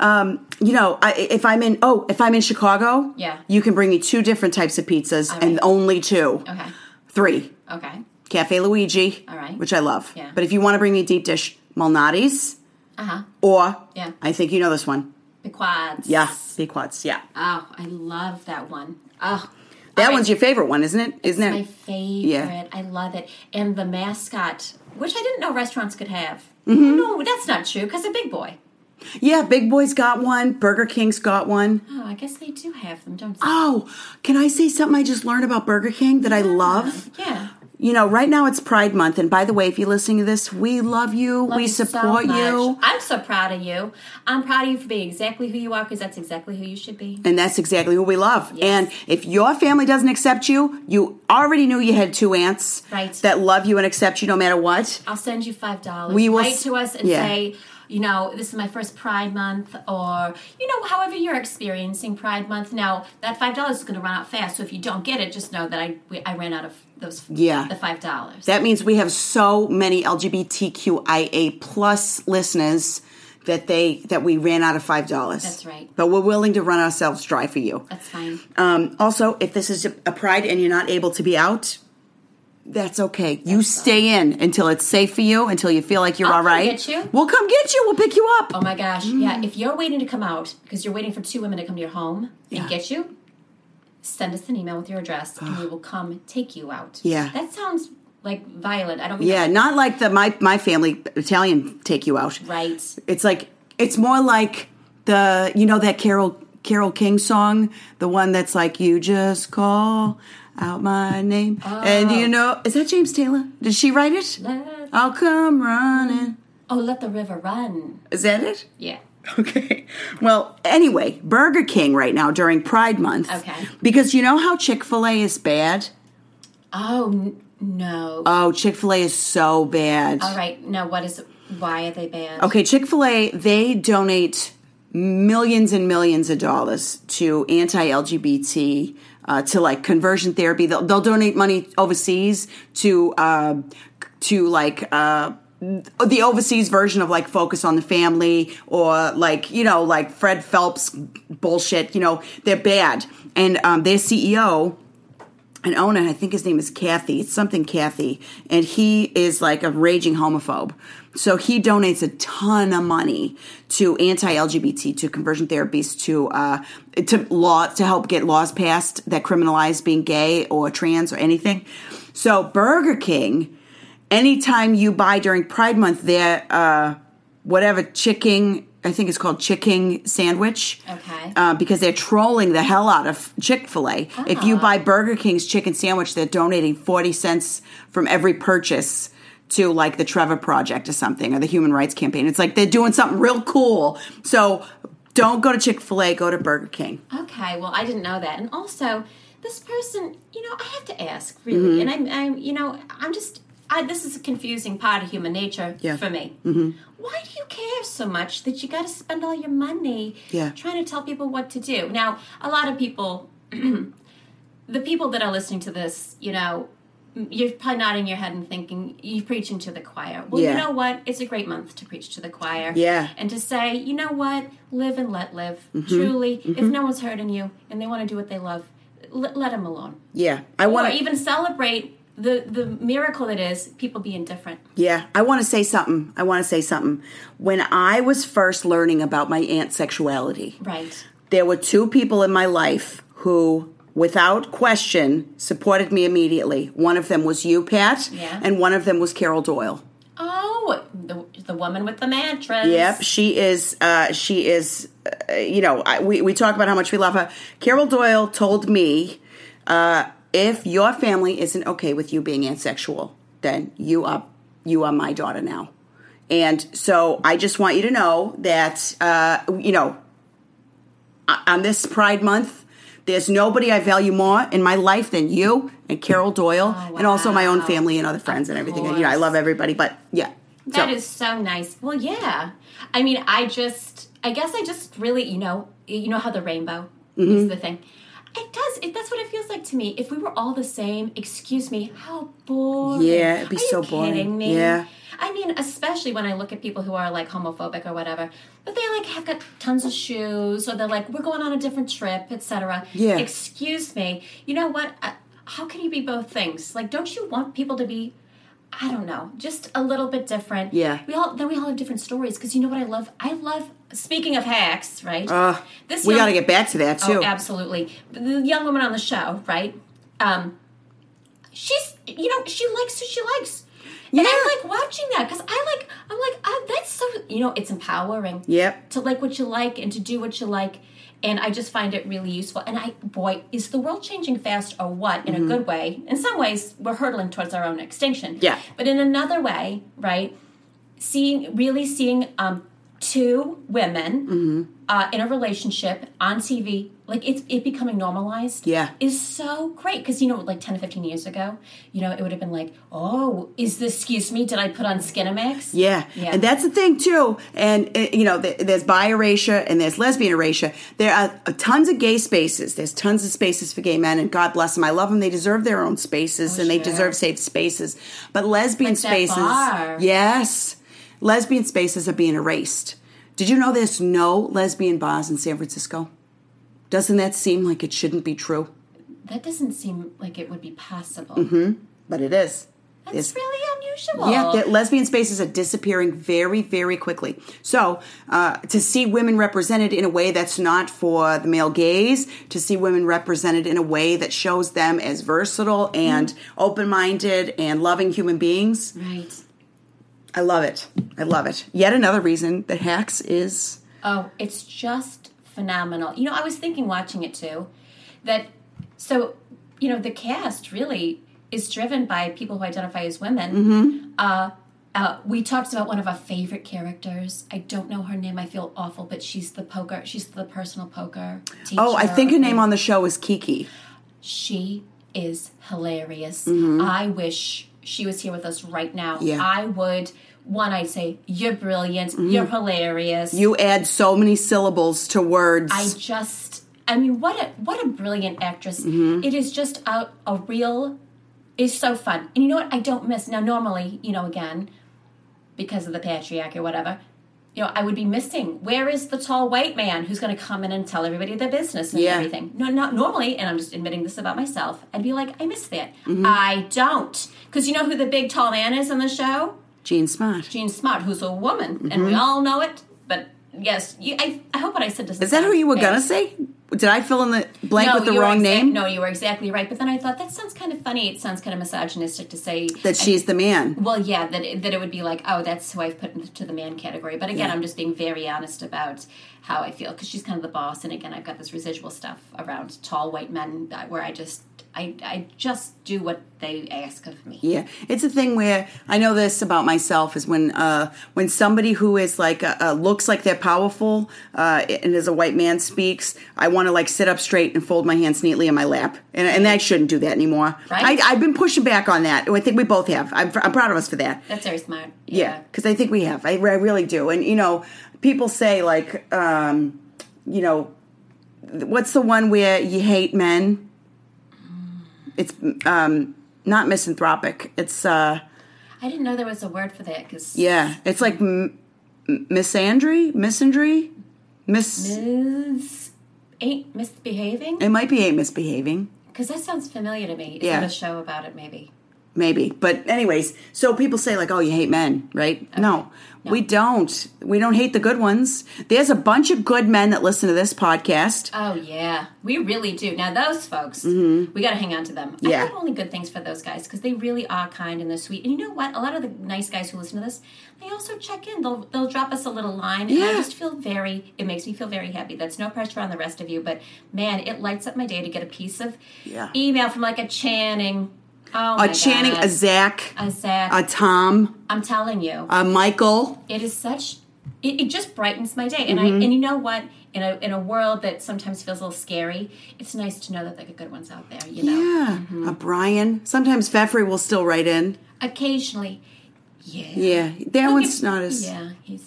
B: Um, you know, I, if I'm in oh, if I'm in Chicago,
C: Yeah.
B: you can bring me two different types of pizzas and
C: right.
B: only two,
C: Okay.
B: three,
C: Okay.
B: Cafe Luigi,
C: All right.
B: which I love.
C: Yeah.
B: But if you want to bring me deep dish, Malnati's
C: Uh huh.
B: or
C: Yeah.
B: I think you know this one.
C: The quads.
B: Yeah, Pequots. Yeah,
C: Oh, I love that one. Oh.
B: that
C: All right.
B: one's your favorite one, isn't it? Isn't it?
C: my favorite. I love it. And the mascot, which I didn't know restaurants could have.
B: Mm-hmm.
C: No, that's not true because a big boy.
B: yeah, Big Boy's got one. Burger King's got one.
C: Oh, I guess they do have them, don't they?
B: Oh, can I say something I just learned about Burger King that I love?
C: yeah.
B: You know, right now it's Pride Month, and by the way, if you're listening to this, we love you.
C: Love
B: we
C: you so
B: support
C: much.
B: you.
C: I'm so proud of you. I'm proud of you for being exactly who you are because that's exactly who you should be.
B: And that's exactly who we love.
C: Yes.
B: And if your family doesn't accept you, you already knew you had two aunts
C: Right.
B: that love you and accept you no matter what.
C: I'll send you five dollars.
B: We will
C: write
B: s-
C: to us and
B: yeah.
C: say, you know, this is my first Pride Month, or you know, however you're experiencing Pride Month. Now that five dollars is going to run out fast, so if you don't get it, just know that I we, I ran out of those.
B: Yeah.
C: the five dollars.
B: That means we have so many LGBTQIA plus listeners that they that we ran out of five dollars.
C: That's right.
B: But we're willing to run ourselves dry for you.
C: That's fine.
B: Um, also, if this is a a pride and you're not able to be out, that's okay. you stay in until it's safe for you, until you feel like you're
C: I'll
B: all
C: come
B: right.
C: get you.
B: We'll come get you. We'll pick you up.
C: Oh my gosh!
B: mm.
C: Yeah, if you're waiting to come out because you're waiting for two women to come to your home and get you, send us an email with your address, and we will come take you out.
B: Yeah.
C: that sounds like violent. I don't. mean
B: Yeah,
C: that-
B: not like the my my family Italian take you out.
C: right.
B: It's like it's more like the you know that Carol Carol King song, the one that's like you just call out my name, and
C: Oh.
B: you know is that James Taylor? Did she write it?
C: Let-
B: I'll come running.
C: oh, let the river run.
B: Is that it?
C: Yeah.
B: <laughs> Okay. Well, anyway, Burger King right now during Pride Month.
C: Okay.
B: Because you know how Chick Fil A is bad.
C: Oh n- no.
B: Oh, Chick Fil A is so bad.
C: All right. Now, what is? Why are they banned?
B: Okay, Chick fil A, they donate millions and millions of dollars to anti LGBT, uh, to like conversion therapy. They'll, they'll donate money overseas to, uh, to like, uh, the overseas version of like focus on the family or like you know like fred phelps bullshit you know they're bad and um, their ceo an owner, I think his name is Kathy, it's something Kathy, and he is like a raging homophobe. So he donates a ton of money to anti-LGBT, to conversion therapies, to uh, to law to help get laws passed that criminalize being gay or trans or anything. So Burger King, anytime you buy during Pride Month, their uh, whatever chicken, I think it's called chicken sandwich
C: Okay.
B: uh, because they're trolling the hell out of Chick Fil A. If you buy Burger King's chicken sandwich, they're donating forty cents from every purchase to like the Trevor Project or something or the Human Rights Campaign. It's like they're doing something real cool. So don't go to Chick Fil A. Go to Burger King.
C: Okay, well, I didn't know that. And also, this person, you know, I have to ask, really.
B: Mm-hmm.
C: And I'm, I'm, you know, I'm just, I, this is a confusing part of human nature
B: Yeah.
C: for me. Mm-hmm. Why do you care so much that you got to spend all your money
B: Yeah.
C: trying to tell people what to do? Now, a lot of people, <clears throat> the people that are listening to this, you know, you're probably nodding your head and thinking you're preaching to the choir. Well,
B: Yeah.
C: you know what? It's a great month to preach to the choir
B: Yeah. Mm-hmm.
C: and to say, you know what, live and let live. Truly, if no one's hurting you and they want to do what they love, let, let them alone.
B: Yeah, I
C: Or
B: want to.
C: even celebrate the the miracle that is people being different.
B: Yeah, I want to say something. I want to say something. When I was first learning about my aunt's sexuality,
C: Right.
B: there were two people in my life who without question supported me immediately one of them was you pat
C: Yeah.
B: and one of them was carol doyle
C: Oh, the, the woman with the mattress.
B: Yep, she is. Uh, she is. Uh, you know, I, we we talk about how much we love her. Carol Doyle told me, uh, if your family isn't okay with you being asexual, then you are you are my daughter now. And so I just want you to know that uh, you know uh, on this Pride Month. There's nobody I value more in my life than you and Carol Doyle,
C: Oh,
B: and also my own
C: wow.
B: family and other friends and everything. And, you know, I
C: course.
B: love everybody, but yeah.
C: That is so nice. Well, yeah. I mean, I just, I guess I just really, you know, you know how the rainbow
B: Mm-hmm.
C: is the thing. It does. It, that's what it feels like to me. If we were all the same, excuse me, how boring.
B: Yeah, it'd be
C: Are
B: so
C: you
B: boring.
C: Kidding me?
B: Yeah.
C: I mean, especially when I look at people who are like homophobic or whatever, but they like have got tons of shoes, or they're like, we're going on a different trip, etc.
B: Yeah.
C: Excuse me. You know what? Uh, how can you be both things? Like, don't you want people to be? I don't know, just a little bit different.
B: Yeah.
C: We all then we all have different stories because you know what I love. I love speaking of hacks, right?
B: Ugh, Ah, we
C: young-
B: got to get back to that too.
C: Oh, absolutely. The young woman on the show, right? Um, she's you know she likes who she likes. And I like watching that because I like I'm like ah, that's so you know it's empowering.
B: Yep.
C: To like what you like and to do what you like, and I just find it really useful. And I boy, is the world changing fast or what? In
B: Mm-hmm.
C: a good way. In some ways, we're hurtling towards our own extinction.
B: Yeah.
C: But in another way, right? Seeing really seeing um, two women
B: Mm-hmm.
C: uh, in a relationship on TV, like it's it becoming normalized.
B: Yeah.
C: is so great because you know, like ten or fifteen years ago, you know, it would have been like, oh, is this? Excuse me, did I put on Skinamax?
B: Yeah.
C: Yeah.
B: and that's the thing too. And uh, you know, th- there's bi erasure and there's lesbian erasure. There are uh, tons of gay spaces. There's tons of spaces for gay men, and God bless them. I love them. They deserve their own spaces,
C: Oh,
B: and they
C: sure.
B: deserve safe spaces. But lesbian
C: Like that
B: spaces,
C: bar.
B: yes, lesbian spaces are being erased. Did you know there's no lesbian bars in San Francisco? Doesn't that seem like it shouldn't be true?
C: That doesn't seem like it would be possible.
B: Mm-hmm. But it is.
C: That's
B: There's-
C: really unusual.
B: Yeah, that lesbian spaces are disappearing very, very quickly. So uh, to see women represented in a way that's not for the male gaze, to see women represented in a way that shows them as versatile and
C: Mm-hmm.
B: open-minded and loving human beings,
C: right.
B: I love it. I love it. Yet another reason that hacks is
C: Oh, it's just phenomenal. You know, I was thinking watching it too that so you know the cast really is driven by people who identify as women.
B: Mm-hmm.
C: Uh, uh, we talked about one of our favorite characters. I don't know her name. I feel awful, but she's the poker. She's the personal poker teacher.
B: oh, I think her name on the show is Kiki.
C: She is hilarious. I wish she was here with us right now.
B: Yeah.
C: I would. One, I'd say you're brilliant. You're hilarious.
B: You add so many syllables to words.
C: I just, I mean, what a what a brilliant actress!
B: Mm-hmm.
C: It is just a, a real, it's so fun. And you know what? I don't miss now. Normally, you know, again, because of the patriarchy or whatever, you know, I would be missing. Where is the tall white man who's going to come in and tell everybody their business and
B: Yeah.
C: everything? No, not normally. And I'm just admitting this about myself. I'd be like, I miss that.
B: Mm-hmm.
C: I don't, because you know who the big tall man is on the show?
B: Gene Smart.
C: Jean Smart, who's a woman, and
B: Mm-hmm.
C: we all know it. But yes, you, I, I hope what I said doesn't.
B: Is that who you were gonna
C: to
B: say? Did I fill in the blank with the
C: you were
B: wrong
C: exact-
B: name?
C: No, you were exactly right. But then I thought that sounds kind of funny. It sounds kind of misogynistic to say
B: That she's the man.
C: well, yeah, that it, that it would be like, oh, that's who I've put into the man category. But again, I'm just being very honest about how I feel because she's kind of the boss, and again, I've got this residual stuff around tall white men that, where I just. I, I just do what they ask of me.
B: Yeah, it's a thing where I know this about myself is when uh, when somebody who is like uh, uh, looks like they're powerful uh, and as a white man speaks, I want to like sit up straight and fold my hands neatly in my lap, and, and I shouldn't do that anymore.
C: Right.
B: I, I've been pushing back on that. I think we both have. I'm, I'm proud of us for that.
C: That's very smart.
B: Yeah, because I think we have. I, I really do. And you know, people say like, um, you know, th- what's the one where you hate men? It's um, not misanthropic. It's uh,
C: I didn't know there was a word for that because
B: yeah, it's like m- m- misandry, misandry, miss.
C: is ain't misbehaving
B: It might be a misbehaving.
C: because that sounds familiar to me. Is
B: Yeah.
C: there a show about it? Maybe.
B: maybe but anyways so people say like oh you hate men right no, we don't we don't hate the good ones there's a bunch of good men that listen to this podcast
C: Oh yeah, we really do. Now those folks, we got to hang on to them.
B: Mm-hmm. Yeah.
C: I have only good things for those guys because they really are kind and they're sweet. And you know what? A lot of the nice guys who listen to this, they also check in. They'll they'll drop us a little line, and I
B: Yeah.
C: just feel very. It makes me feel very happy. That's no pressure on the rest of you, but man, it lights up my day to get a piece of
B: Yeah.
C: email from like a Channing. Oh,
B: a channing a
C: a
B: zach
C: a Zach.
B: a tom
C: I'm telling you,
B: a michael
C: It is such it, it just brightens my day. And
B: Mm-hmm.
C: I and you know what? In a in a world that sometimes feels a little scary, it's nice to know that there are good ones out there. You know,
B: Yeah.
C: mm-hmm.
B: A Brian. Sometimes Feffrey will still write in.
C: occasionally, yeah,
B: Yeah. That
C: He'll
B: one's
C: give-
B: not as.
C: Yeah, he's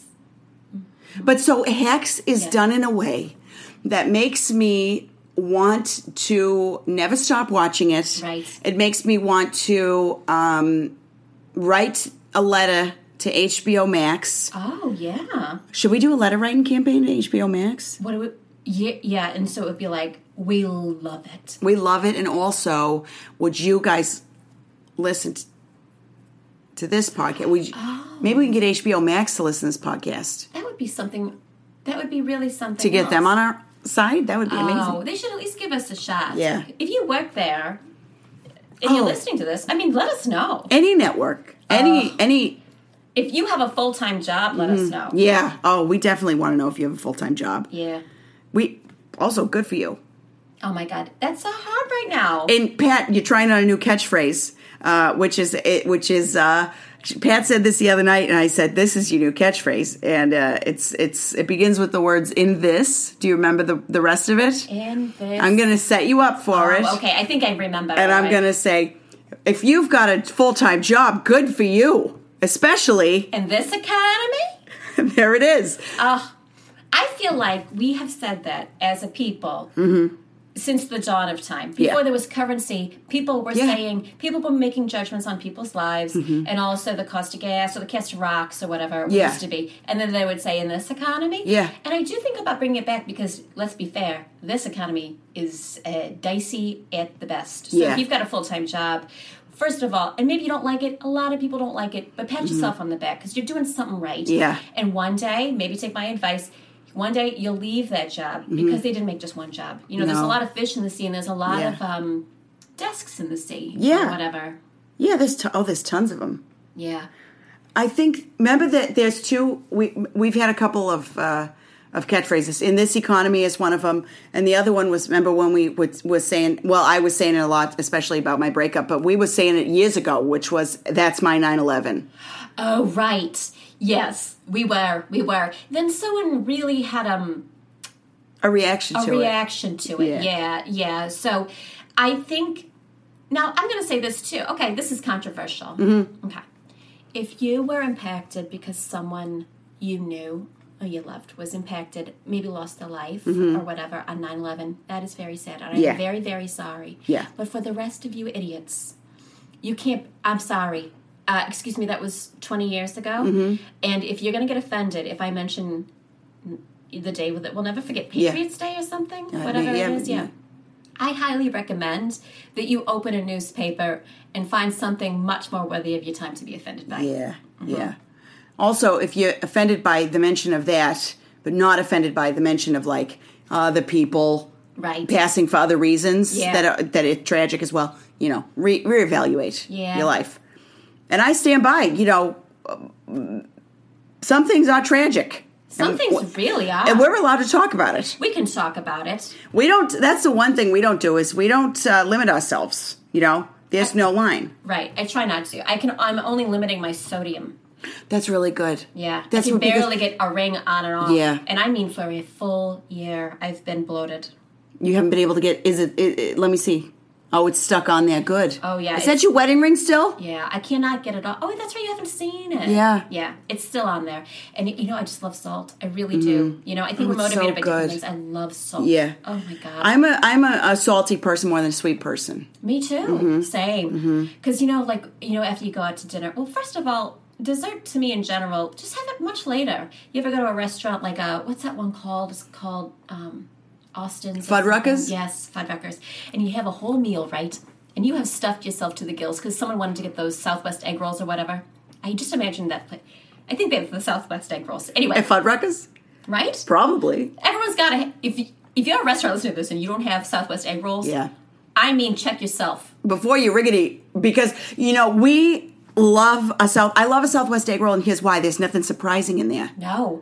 B: But so Hex is
C: Yeah.
B: done in a way that makes me want to never stop watching it.
C: Right.
B: It makes me want to um, write a letter to HBO Max.
C: oh yeah.
B: Should we do a letter writing campaign to HBO Max?
C: What do we? Yeah, yeah. And so it would be like we love it.
B: We love it. And also, would you guys listen t- to this podcast? Would you,
C: Oh.
B: Maybe we can get HBO Max to listen to this podcast
C: That would be something. That would be really something
B: to get them
C: else.
B: on our side. That would be amazing.
C: Oh, they should at least give us a shot.
B: Yeah.
C: If you work there and
B: Oh.
C: you're listening to this, I mean, let us know.
B: Any network, any
C: Ugh.
B: any
C: If you have a full time job, let
B: Mm-hmm.
C: us know.
B: Yeah. Oh, we definitely want to know if you have a full time job.
C: Yeah.
B: We also good for you.
C: Oh my God, that's so hard right now.
B: And Pat, you're trying on a new catchphrase, uh, which is it, which is uh, Pat said this the other night, and I said this is your new catchphrase, and uh, it's it's it begins with the words in this. Do you remember the the rest of it?
C: In this.
B: I'm gonna set you up for it,
C: Oh, okay, I think I remember.
B: and I'm
C: right.
B: gonna say, if you've got a full time job, good for you. Especially, <laughs>
C: In this academy?
B: there it is.
C: Oh, I feel like we have said that as a people since the dawn of time. Before
B: Mm-hmm. Yeah.
C: there was currency, people were
B: Yeah. Mm-hmm.
C: saying, people were making judgments on people's lives and also the cost of gas or the cost of rocks or whatever it
B: Yeah.
C: used to be. And then they would say, in this economy?
B: Yeah.
C: And I do think about bringing it back because, let's be fair, this economy is uh, dicey at the best. So
B: Yeah.
C: if you've got a full time job, First of all, and maybe you don't like it, a lot of people don't like it, but pat yourself on the back because you're doing something right.
B: Mm-hmm. Yeah.
C: And one day, maybe take my advice. One day you'll leave that job because they didn't make just one job. You know, there's
B: Mm-hmm. No.
C: a lot of fish in the sea, and there's a lot
B: Yeah.
C: of um, desks in the sea. or
B: Yeah.
C: whatever.
B: Yeah, there's t- oh, there's tons of them.
C: Yeah.
B: I think remember that there's two. We we've had a couple of uh, of catchphrases in this economy is one of them, and the other one was remember when we was, was saying. Well, I was saying it a lot, especially about my breakup, but we were saying it years ago, which was that's my 9/11.
C: Oh right. Yes, we were. We were. Then someone really had um
B: A reaction
C: a
B: to it.
C: reaction to it.
B: Yeah.
C: Yeah. yeah, So I think now I'm going to say this too. Okay, this is controversial. Okay, if you were impacted because someone you knew or you loved was impacted, maybe lost their life or whatever on 9/11, that is very sad. And I'm
B: Yeah.
C: very, very sorry.
B: Yeah.
C: But for the rest of you idiots, you can't. I'm sorry. Uh, excuse me. That was 20 years ago.
B: Mm-hmm.
C: And if you're going to get offended if I mention the day with it, we'll never forget
B: Yeah.
C: Patriots Day or something,
B: Uh,
C: whatever
B: yeah,
C: it is.
B: yeah.
C: yeah. I highly recommend that you open a newspaper and find something much more worthy of your time to be offended by.
B: Yeah, yeah. Also, if you're offended by the mention of that, but not offended by the mention of like uh, the people
C: Right.
B: passing for other reasons
C: Yeah.
B: that are, that it's tragic as well. You know, re- reevaluate
C: Yeah.
B: your life. And I stand by. You know, um, some things are tragic,
C: Some things really are.
B: and we're allowed to talk about it.
C: we can talk about it.
B: We don't. That's the one thing we don't do is we don't uh, limit ourselves. You know, there's no line.
C: Right. I try not to. I can. I'm only limiting my sodium.
B: That's really good.
C: Yeah.
B: that's
C: I can
B: what- because
C: barely get a ring on and off.
B: Yeah.
C: And I mean for a full year, I've been bloated.
B: you haven't been able to get. Is it, it, it? Let me see. Oh, it's stuck on there. Good.
C: Oh, yeah,
B: Is that
C: it's-
B: your wedding ring still?
C: Yeah, I cannot get it off. Oh, that's right, you haven't seen it.
B: Yeah.
C: Yeah, it's still on there. And you know, I just love salt. I really do. You know, I think we're
B: Mm. Oh, it's so
C: motivated by
B: good.
C: different things. I love salt.
B: Yeah.
C: Oh my God.
B: I'm a I'm a, a salty person more than a sweet person.
C: Me too.
B: Mm-hmm.
C: Same. Because, you know, like, you know, after you go out to dinner, well, first of all, dessert to me in general, just have it much later. You ever go to a restaurant like a, what's that one called? It's called um, Austin's. or
B: Fuddruckers?
C: something. Yes, Fuddruckers. And you have a whole meal, right? And you have stuffed yourself to the gills because someone wanted to get those Southwest egg rolls or whatever. I just imagined that. pla- I think they have the Southwest egg rolls. Anyway,
B: At Fuddruckers?
C: right?
B: Probably.
C: Everyone's got to, if, you- if you're a restaurant listening to this and you don't have Southwest egg rolls,
B: Yeah.
C: I mean, check yourself.
B: Before you riggedy, because you know we love a south. I love a Southwest egg roll, and here's why: there's nothing surprising in there.
C: No.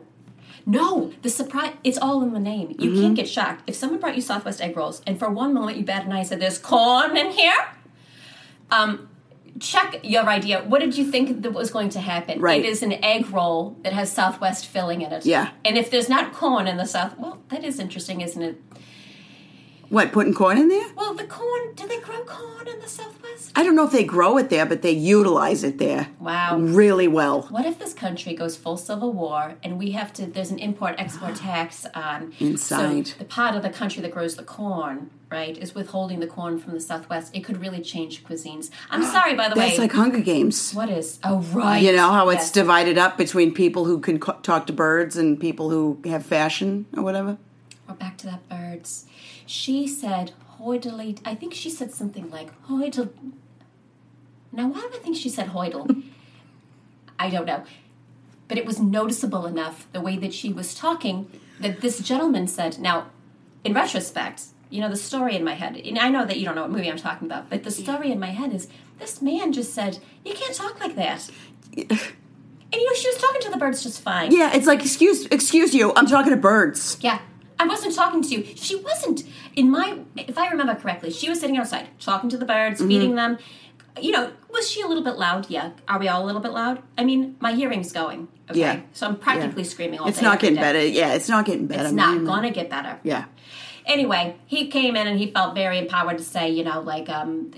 C: No, the surprise, it's all in the name. You
B: Mm-hmm.
C: can't get shocked. If someone brought you Southwest egg rolls and for one moment you batted an eye and said, there's corn in here, um, check your idea. What did you think that was going to happen?
B: Right.
C: It is an egg roll that has Southwest filling in it.
B: Yeah.
C: And if there's not corn in the South, well, that is interesting, isn't it?
B: What, putting corn in there?
C: Well, the corn, do they grow corn in the Southwest?
B: I don't know if they grow it there, but they utilize it there
C: Wow.
B: really well.
C: What if this country goes full civil war and we have to, there's an import export tax on.
B: Ah. Inside.
C: So the part of the country that grows the corn, right, is withholding the corn from the Southwest. It could really change cuisines. I'm sorry, by the
B: Ah, That's
C: way.
B: like Hunger Games.
C: what is, oh, right.
B: You know how it's
C: Yes.
B: divided up between people who can co- talk to birds and people who have fashion or whatever. <laughs>
C: Or back to that birds. She said hoidly. I think she said something like hoidle. Now why do I think she said hoidle? I don't know, but it was noticeable enough the way that she was talking that this gentleman said. Now, in retrospect, you know the story in my head, and I know that you don't know what movie I'm talking about, but the story in my head is this man just said, "You can't talk like that." And you know she was talking to the birds just fine.
B: Yeah, it's like excuse excuse you, I'm talking to birds.
C: Yeah. I wasn't talking to you. She wasn't in my if I remember correctly, she was sitting outside talking to the
B: Mm-hmm.
C: birds, feeding them. You know, was she a little bit loud? Yeah. Are we all a little bit loud? I mean, my hearing's going. Okay.
B: Yeah.
C: So I'm practically screaming all
B: It's
C: day,
B: not
C: every
B: getting
C: day.
B: better. Yeah, it's not getting better.
C: It's not
B: man.
C: gonna get better.
B: Yeah.
C: Anyway, he came in and he felt very empowered to say, you know, like, um,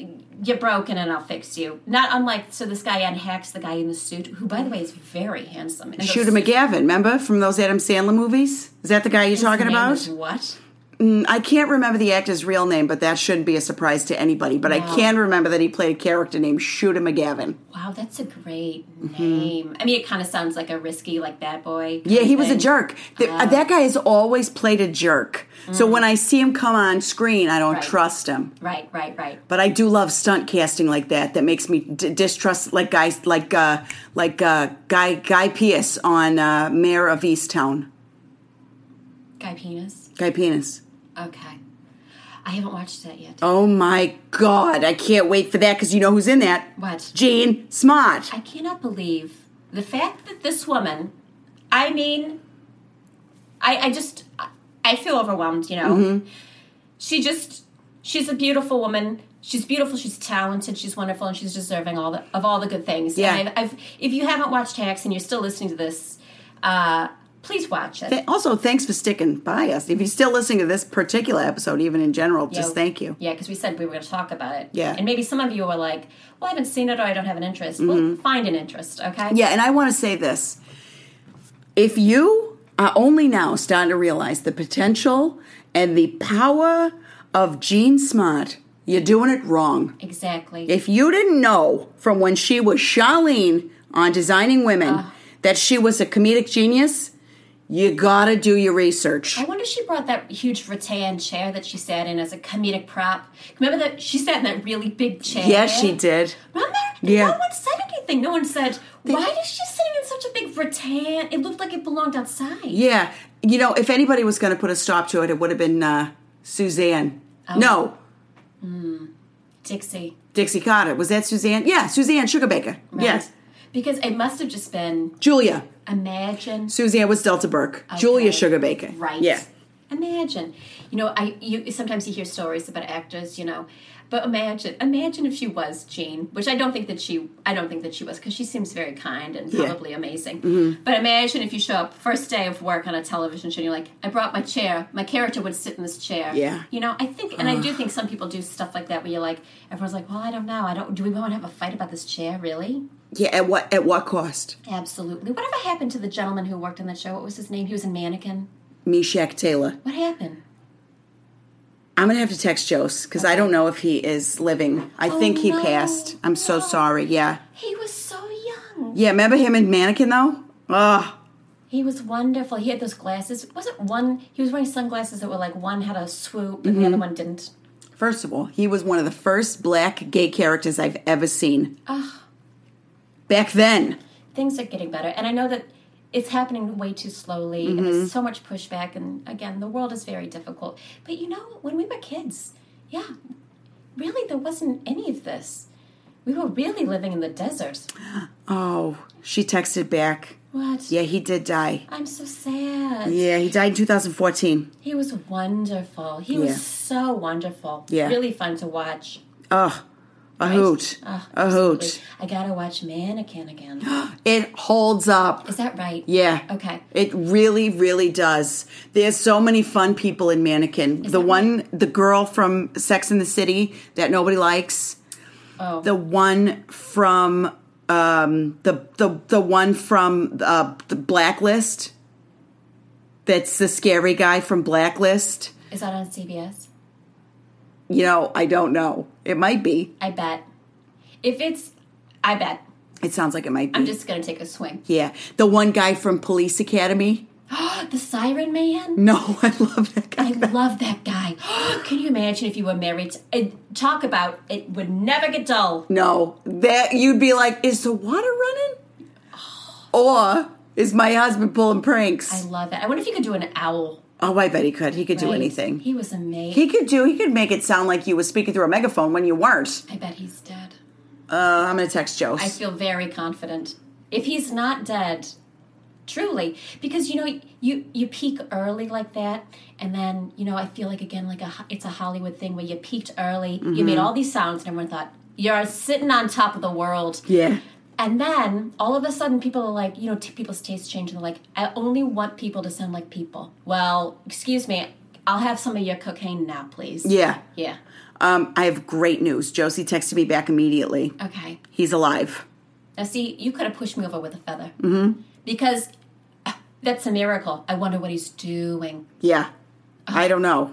C: you're broken and I'll fix you. Not unlike so this guy unhacks the guy in the suit, who by the way is very handsome. And those-
B: Shooter McGavin, remember from those Adam Sandler movies? Is that the guy you're
C: his
B: talking
C: name
B: about?
C: is What?
B: Mm, I can't remember the actor's real name, but that shouldn't be a surprise to anybody. But I
C: No.
B: can remember that he played a character named Shooter McGavin.
C: Wow, that's a great name. I mean, it kind of sounds like a risky, like bad boy.
B: Mm-hmm. Yeah, he was a
C: thing.
B: jerk. Th- uh, that guy has always played a jerk. So when I see him come on screen, I don't
C: Mm. Right.
B: trust him.
C: Right, right, right.
B: But I do love stunt casting like that. That makes me d- distrust like guys like uh, like uh, guy Guy Pearce on uh, Mayor of Easttown.
C: Guy Penis.
B: Guy Penis.
C: Okay. I haven't watched that yet.
B: Oh my god, I can't wait for that because you know who's in that.
C: What?
B: Gene Smart.
C: I cannot believe the fact that this woman, I mean, I, I just, I- I feel overwhelmed, you know?
B: Mm-hmm.
C: She just, she's a beautiful woman. She's beautiful. She's talented. She's wonderful, and she's deserving all the, of all the good things.
B: Yeah.
C: And I've, I've, if you haven't watched Hacks and you're still listening to this, uh, please watch it.
B: Th- Also, thanks for sticking by us. If you're still listening to this particular episode, even in general, just
C: Yeah.
B: thank you.
C: Yeah, because we said we were going to talk about it.
B: Yeah.
C: And maybe some of you were like, well, I haven't seen it or I don't have an interest. Well, find an interest, okay?
B: Mm-hmm. Yeah, and I want to say this. If you are only now starting to realize the potential and the power of Gene Smart, you're doing it wrong.
C: Exactly.
B: If you didn't know from when she was Charlene on Designing Women
C: Uh.
B: that she was a comedic genius, you gotta do your research.
C: I wonder if she brought that huge rattan chair that she sat in as a comedic prop. Remember that she sat in that really big chair?
B: Yes, she did.
C: Remember?
B: Yeah.
C: No one said anything. No one said, why is she sitting in such a big rattan? It looked like it belonged outside.
B: Yeah, you know, if anybody was going to put a stop to it, it would have been uh, Suzanne.
C: Oh.
B: No,
C: Dixie.
B: Dixie Carter. Was that Suzanne? Yeah, Suzanne Sugarbaker.
C: right?
B: Yes,
C: Because it must have just been,
B: Julia.
C: imagine.
B: Suzanne was Delta Burke. Julia
C: Okay.
B: Sugarbaker.
C: Right.
B: Yeah.
C: Imagine. You know, I you sometimes you hear stories about actors, you know, but imagine imagine if she was Jean, which I don't think that she I don't think that she was because she seems very kind and
B: Yeah. Mm-hmm.
C: probably amazing. But imagine if you show up first day of work on a television show and you're like, I brought my chair. My character would sit in this chair.
B: Yeah.
C: You know, I think and I do think some people do stuff like that where you're like everyone's like, Well, I don't know. I don't do we want to have a fight about this chair, really?
B: Yeah. At what? At what cost?
C: Absolutely. Whatever happened to the gentleman who worked on that show? What was his name? He was a mannequin.
B: Meshack Taylor.
C: What happened?
B: I'm gonna have to text Jose because I don't know if he is living. I think he
C: Oh, no.
B: passed. I'm so
C: No.
B: sorry. Yeah.
C: He was so young.
B: Yeah. Remember him in Mannequin though? Ugh.
C: He was wonderful. He had those glasses. Wasn't one? He was wearing sunglasses that were like one had a swoop and the
B: Mm-hmm.
C: other one didn't.
B: First of all, he was one of the first black gay characters I've ever seen.
C: Ugh.
B: Back then.
C: Things are getting better, and I know that it's happening way too slowly, and
B: Mm-hmm.
C: there's so much pushback. And again, the world is very difficult. But you know, when we were kids, yeah, really, there wasn't any of this. We were really living in the desert.
B: Oh, she texted back.
C: What?
B: Yeah, he did die.
C: I'm so sad.
B: Yeah, he died in 2014.
C: He was wonderful. He
B: Yeah.
C: was so wonderful.
B: Yeah.
C: Really fun to watch.
B: Ugh. A hoot.
C: Ah,
B: a hoot.
C: absolutely. I gotta watch
B: <gasps>
C: Mannequin again.
B: It holds up.
C: Is that right?
B: Yeah.
C: Okay.
B: It really, really does. There's so many fun people in Mannequin. the
C: that
B: one, the girl from Sex in the City that nobody likes.
C: Oh.
B: The one from um, the the the one from uh, the Blacklist. That's the scary guy from Blacklist.
C: Is that on CBS?
B: You know, I don't know. It might be.
C: I bet. If it's, I bet.
B: It sounds like it might be.
C: I'm just gonna take a swing. <gasps>
B: yeah, the one guy from Police Academy. <laughs>
C: the Siren Man.
B: No, I love that guy.
C: I love that guy. <gasps> Can you imagine if you were married? To, it, talk about it would never
B: <gasps>
C: get dull.
B: No, that you'd be like, is the water running? Or is my husband pulling pranks?
C: I love it. I wonder if you could do an owl.
B: oh, I bet he could. He could do
C: right?
B: anything. He,
C: He was amazing.
B: could do. He could make it sound like you was speaking through a megaphone when you weren't.
C: I bet he's dead.
B: Uh, I'm gonna text Joe.
C: I feel very confident. If he's not dead, truly, because you know you you peak early like that, and then you know I feel like again like a ho- it's a Hollywood thing where you peaked early, you
B: Mm-hmm.
C: made all these sounds, and everyone thought you're sitting on top of the world.
B: Yeah.
C: And then all of a sudden, people are like, you know, t- people's tastes change, and they're like, I only want people to sound like people. Well, excuse me, I'll have some of your cocaine now, please.
B: Yeah.
C: Yeah.
B: Um, I have great news. Josie texted me back immediately.
C: Okay.
B: He's alive.
C: Now, see, you could have pushed me over with a feather. Mm-hmm. Because <sighs> uh, that's a miracle. I wonder what he's doing.
B: Yeah. I don't
C: <gasps>
B: know.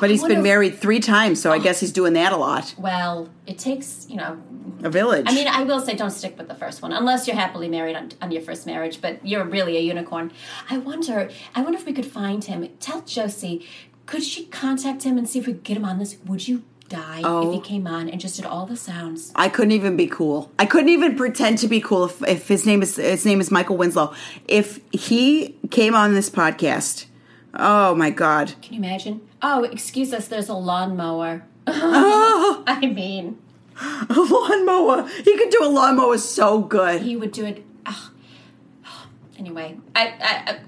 B: But he's
C: wonder-
B: been married three times,
C: <gasps>
B: so I guess he's doing that a lot.
C: Well, it takes, you know.
B: A village.
C: I mean, I will say don't stick with the first one unless you're happily married on, on your first marriage, but you're really a unicorn. I wonder, I wonder if we could find him. Tell Josie, could she contact him and see if we could get him on this? Would you die
B: Oh.
C: if he came on and just did all the sounds?
B: I couldn't even be cool. I couldn't even pretend to be cool if, if his name is his name is Michael Winslow. If he came on this podcast, oh my god, <laughs>
C: Can you imagine? Oh, excuse us, there's a lawnmower. <laughs> I mean.
B: a lawnmower! He could do a lawnmower so good.
C: he would do it. ugh. <sighs> Anyway, I, I, I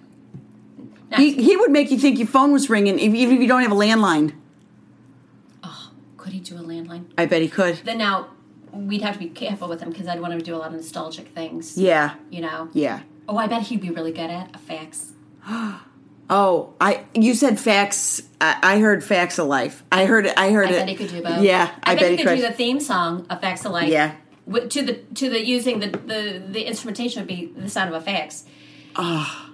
C: not,
B: He he would make you think your phone was ringing if- even if you don't have a landline.
C: could he do a landline?
B: I bet he could.
C: Then now we'd have to be careful with him because I'd want him to do a lot of nostalgic things.
B: Yeah,
C: You know.
B: yeah.
C: Oh, I bet he'd be really good at a fax.
B: Oh, I you said facts. I, I heard facts of life. I heard I heard
C: I
B: it.
C: bet he could do both.
B: Uh, Yeah, I, bet, he could.
C: do the theme song of Facts of Life.
B: Yeah.
C: Wi- to the to the using the the, the instrumentation would be the sound of a fax.
B: Ah.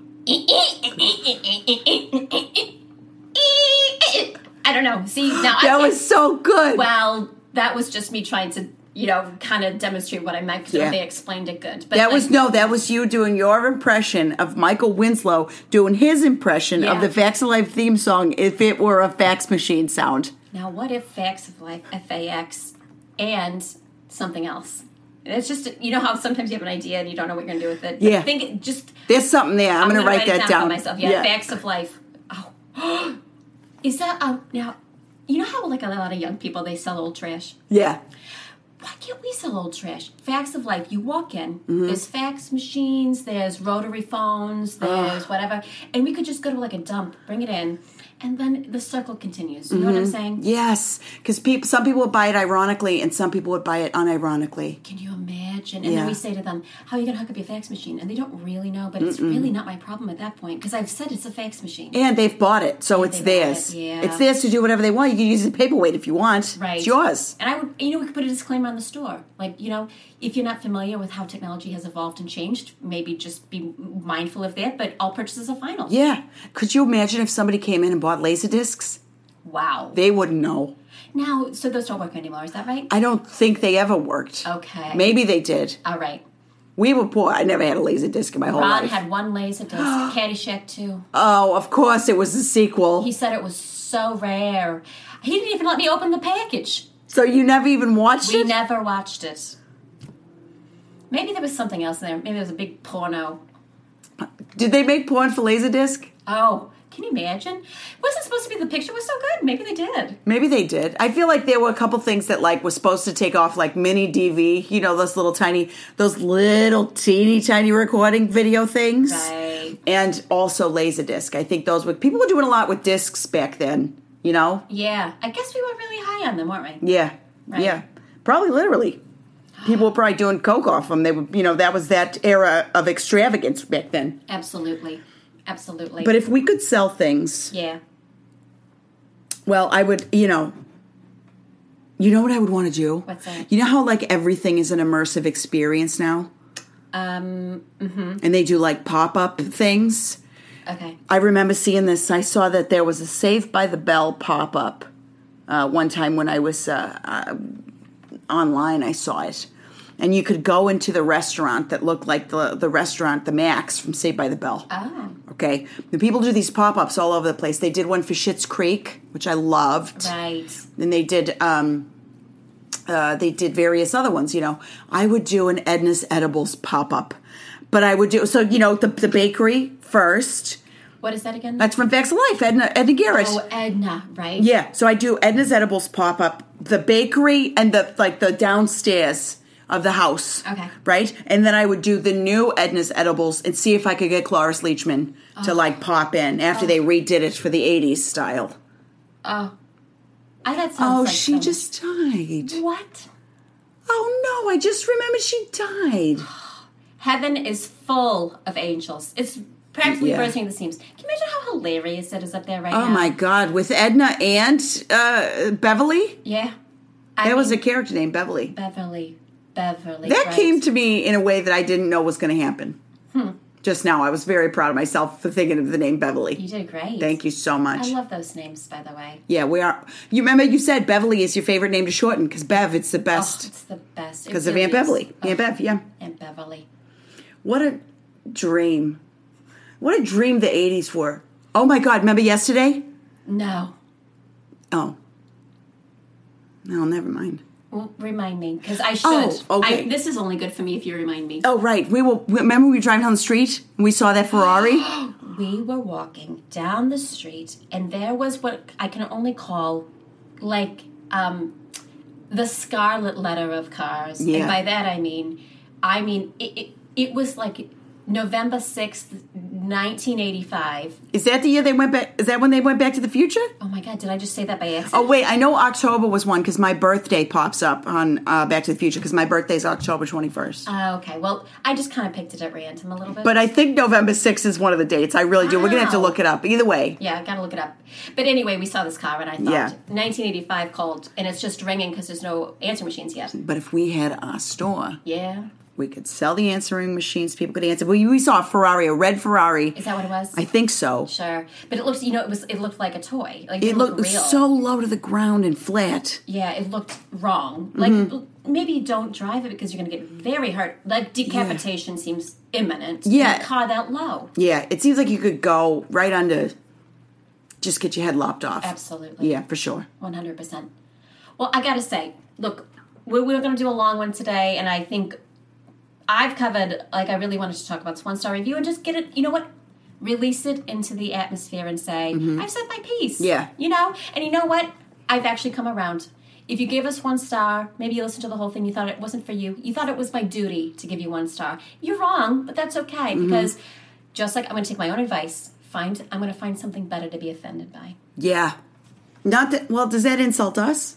C: I don't know. See now I
B: that
C: can't-
B: was so good.
C: Well, that was just me trying to, you know, kind of demonstrate what I meant because
B: Yeah.
C: they explained it good. But
B: That
C: like,
B: was no, that was you doing your impression of Michael Winslow doing his impression of
C: Yeah.
B: the Facts of Life theme song if it were a fax machine sound.
C: Now, what if facts of life, FAX, and something else? And it's just, you know how sometimes you have an idea and you don't know what you're going to do with it?
B: Yeah.
C: Think, just,
B: There's something there. I'm,
C: I'm
B: going to
C: gonna
B: write,
C: it
B: that
C: down
B: down.
C: for myself. Yeah, facts of life. Oh. <gasps> Is that, um, now, you know how, like, a lot of young people, they sell old trash?
B: yeah.
C: why can't we sell old trash? Facts of life. You walk in,
B: Mm-hmm.
C: there's fax machines, there's rotary phones, there's whatever, and we could just go to like a dump, bring it in, and then the circle continues. You know what I'm
B: Mm-hmm.
C: saying?
B: Yes, because people, some people would buy it ironically, and some people would buy it unironically.
C: Can you imagine? And
B: Yeah.
C: then we say to them, "How are you gonna hook up your fax machine?" And they don't really know, but it's really not my problem at that point because I've said it's a fax machine.
B: And they've bought it, so it's
C: they bought
B: theirs.
C: it, yeah.
B: It's theirs to do whatever they want. You can use the paperweight if you want.
C: Right.
B: It's yours.
C: And I would, you know, we could put a disclaimer on the store. Like, you know, if you're not familiar with how technology has evolved and changed, maybe just be mindful of that, but all purchases are final.
B: Yeah. Could you imagine if somebody came in and bought laser discs?
C: Wow.
B: They wouldn't know.
C: Now, so those don't work anymore, is that right?
B: I don't think they ever worked.
C: Okay.
B: Maybe they did.
C: All right.
B: We were poor. I never had a laser disc in my whole
C: Ron
B: life.
C: had one laser disc, Caddyshack 2.
B: oh, of course it was the sequel.
C: He said it was so rare. He didn't even let me open the package.
B: so you never even watched
C: We
B: it?
C: never watched it. Maybe there was something else in there. Maybe there was a big porno.
B: Did they make porn for laser disc?
C: Oh, can you imagine? Wasn't supposed to be the picture was so good. Maybe they did.
B: Maybe they did. I feel like there were a couple things that like were supposed to take off like mini DV, you know, those little tiny those little teeny tiny recording video things.
C: Right.
B: And also laser disc. I think those were people were doing a lot with discs back then, you know?
C: Yeah. I guess we were really high on them, weren't we?
B: Yeah.
C: Right.
B: Yeah. Probably literally. People were probably doing coke off them. They were, you know, that was that era of extravagance back then.
C: Absolutely. Absolutely.
B: But if we could sell things,
C: yeah.
B: well, I would, you know, you know what I would want to do?
C: What's that?
B: You know how like everything is an immersive experience now,
C: Um
B: and they do like pop up things.
C: okay.
B: I remember seeing this. I saw that there was a Save by the Bell pop up uh, one time when I was uh, uh, online. I saw it, and you could go into the restaurant that looked like the the restaurant, the Max from Saved by the Bell.
C: Oh.
B: Okay, the people do these pop ups all over the place. They did one for Schitt's Creek, which I loved.
C: Right.
B: Then they did um, uh, they did various other ones. You know, I would do an Edna's Edibles pop up, but I would do so. You know, the the bakery first.
C: What is that again?
B: That's from Facts of Life, Edna, Edna Garrett.
C: oh, Edna, right?
B: Yeah, so I do Edna's Edibles pop up, the bakery, and the like the downstairs of the house.
C: Okay.
B: Right, and then I would do the new Edna's Edibles and see if I could get Cloris Leachman
C: Oh.
B: to like pop in after they redid it for the '80s style.
C: Oh. I that sounds
B: Oh,
C: like
B: she
C: so much-
B: just died.
C: What?
B: Oh no, I just remembered she died.
C: Oh, Heaven is full of angels. It's practically
B: Yeah.
C: bursting at the seams. Can you imagine how hilarious it is up there right
B: Oh
C: now?
B: my god, with Edna and uh, Beverly,
C: Yeah. I
B: that was a
C: mean,
B: character named Beverly.
C: Beverly. Beverly.
B: That
C: right. Hmm.
B: came to me in a way that I didn't know was going to happen. Just now, I was very proud of myself for thinking of the name Beverly.
C: You did great.
B: Thank you so much.
C: I love those names, by the way.
B: yeah, we are. You remember you said Beverly is your favorite name to shorten because Bev, it's the
C: Oh,
B: best
C: it's the best. It
B: because of
C: really
B: Aunt
C: is.
B: Beverly.
C: Oh,
B: Aunt Bev, yeah.
C: Aunt Beverly.
B: What a dream. What a dream the 80s were. Oh my God, remember yesterday?
C: No.
B: Oh. No, never mind.
C: Well, remind me, because I should.
B: Oh, okay.
C: I, this is only good for me if you remind me.
B: Oh, right. We will. Remember we were driving down the street and we saw that
C: <gasps>
B: Ferrari?
C: We were walking down the street, and there was what I can only call, like, um, the scarlet letter of cars.
B: Yeah.
C: And by that I mean, I mean it. It, it was like November sixth, nineteen eighty-five.
B: Is that the year they went back? Is that when they went back to the future?
C: Oh my God! Did I just say that by accident?
B: Oh wait, I know October was one because my birthday pops up on uh, Back to the Future because my birthday's October twenty first.
C: Ah, okay. Well, I just kind of picked it at random a little bit.
B: but I think November sixth is one of the dates. I really do. We're gonna have to
C: Wow.
B: look it up. Either way,
C: Yeah, gotta look it up. But anyway, we saw this car and I thought
B: Yeah.
C: 1985 called, and it's just ringing because there's no answer machines yet.
B: but if we had our store,
C: Yeah,
B: we could sell the answering machines. People could answer. We, we saw a Ferrari, a red Ferrari.
C: is that what it was?
B: I think so.
C: sure, but it looks, you know, it was it looked like a toy. Like
B: It looked
C: real.
B: so low to the ground and flat.
C: Yeah, it looked wrong. Like
B: Mm-hmm.
C: l- maybe don't drive it because you're gonna get very hurt. Like decapitation seems imminent. in
B: Yeah.
C: a car that low.
B: Yeah, it seems like you could go right under. Just get your head lopped off.
C: Absolutely.
B: Yeah, for sure.
C: One hundred percent. Well, I gotta say, look, we're, we're gonna do a long one today, and I think I've covered. Like, I really wanted to talk about Swan Star Review and just get it. You know what? Release it into the atmosphere and say, "I've said my piece."
B: Yeah.
C: You know, and you know what? I've actually come around. If you gave us one star, maybe you listened to the whole thing, you thought it wasn't for you. You thought it was my duty to give you one star. You're wrong, but that's okay because just like I'm going to take my own advice, find I'm going to find something better to be offended by.
B: Yeah. Not that. Well, does that insult us?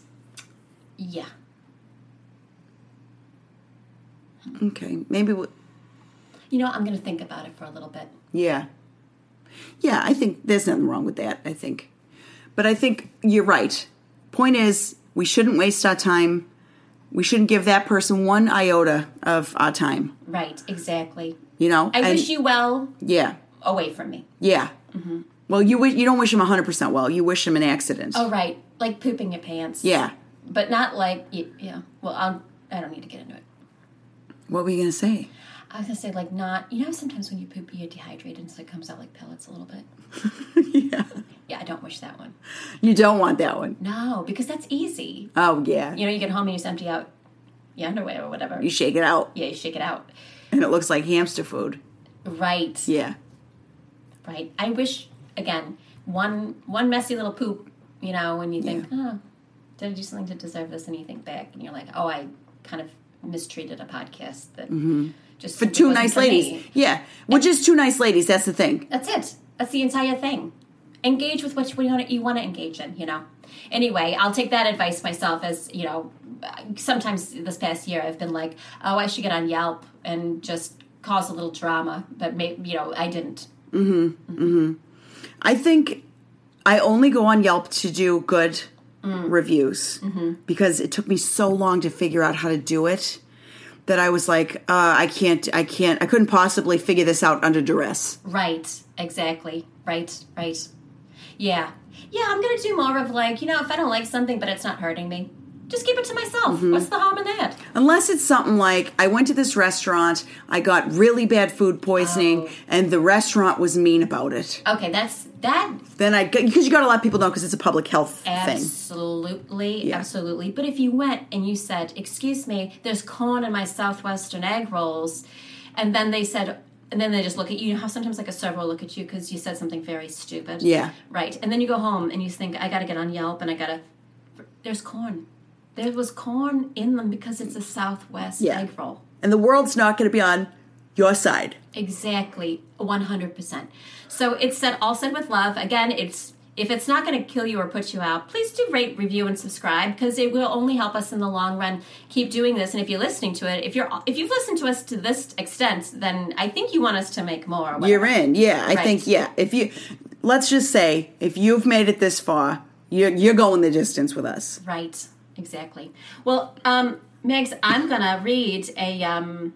C: Yeah.
B: Okay, maybe. We,
C: You know, I'm going to think about it for a little bit.
B: yeah, yeah. I think there's nothing wrong with that. I think, but I think you're right. Point is, we shouldn't waste our time. We shouldn't give that person one iota of our time.
C: Right, exactly.
B: You know.
C: I
B: And-
C: wish you Mm-hmm. well
B: Yeah,
C: away from me.
B: yeah. Well, you wish you don't wish him 100 percent well. You wish him an accident.
C: Oh, right. Like pooping your pants.
B: Yeah.
C: But not like, y- yeah. Well, I'm, I don't need to get into it.
B: What were you gonna say? <laughs>
C: I was going to say, like, not, you know, sometimes when you poop, you're dehydrated, so it comes out like pellets a little bit.
B: yeah.
C: Yeah, I don't wish that one.
B: You don't want that one.
C: No, because that's easy.
B: Oh yeah.
C: You know, you get home and you just empty out your underwear or whatever.
B: You shake it out,
C: yeah, you shake it out.
B: and it looks like hamster food.
C: Right.
B: Yeah.
C: Right. I wish again one one messy little poop. You know, when you think, oh, did I do something to deserve this? And you think back, and you're like, oh, I kind of mistreated a podcast that just
B: Mm-hmm. for
C: simply
B: two
C: wasn't
B: nice
C: for
B: ladies.
C: me."
B: Yeah, which is two nice ladies. That's the thing.
C: That's it. That's the entire thing. engage with what you want to you want to engage in you know anyway i'll take that advice myself as you know sometimes this past year i've been like oh i should get on yelp and just cause a little drama but maybe you know i didn't
B: I think I only go on Yelp to do good reviews because it took me so long to figure out how to do it that I was like, uh, I can't, I can't, I couldn't possibly figure this out under duress.
C: Right, exactly. Right, right. Yeah. Yeah, I'm going to do more of like, you know, if I don't like something but it's not hurting me, just keep it to myself. What's the harm in that?
B: Unless it's something like I went to this restaurant, I got really bad food poisoning,
C: Oh.
B: and the restaurant was mean about it.
C: Okay, that's that
B: Then I, because you got to let people know because it's a public health thing.
C: absolutely,
B: Yeah.
C: absolutely. But if you went and you said, "Excuse me, there's corn in my southwestern egg rolls," and then they said and then they just look at you. You know how sometimes like a server will look at you because you said something very stupid.
B: Yeah.
C: Right. And then you go home and you think, I got to get on Yelp and I got to. There's corn. There was corn in them because it's a Southwest
B: Yeah.
C: egg roll.
B: And the world's not going to be on your side.
C: Exactly, 100%. So it's said all said with love. Again, it's if it's not going to kill you or put you out, please do rate, review and subscribe because it will only help us in the long run keep doing this and if you're listening to it, if you're if you've listened to us to this extent, then I think you want us to make more. or
B: You're
C: whatever.
B: in. Yeah, I
C: Right.
B: think yeah. If you let's just say if you've made it this far, you're you're going the distance with us.
C: Right, exactly. Well, um Megs, I'm going to read a um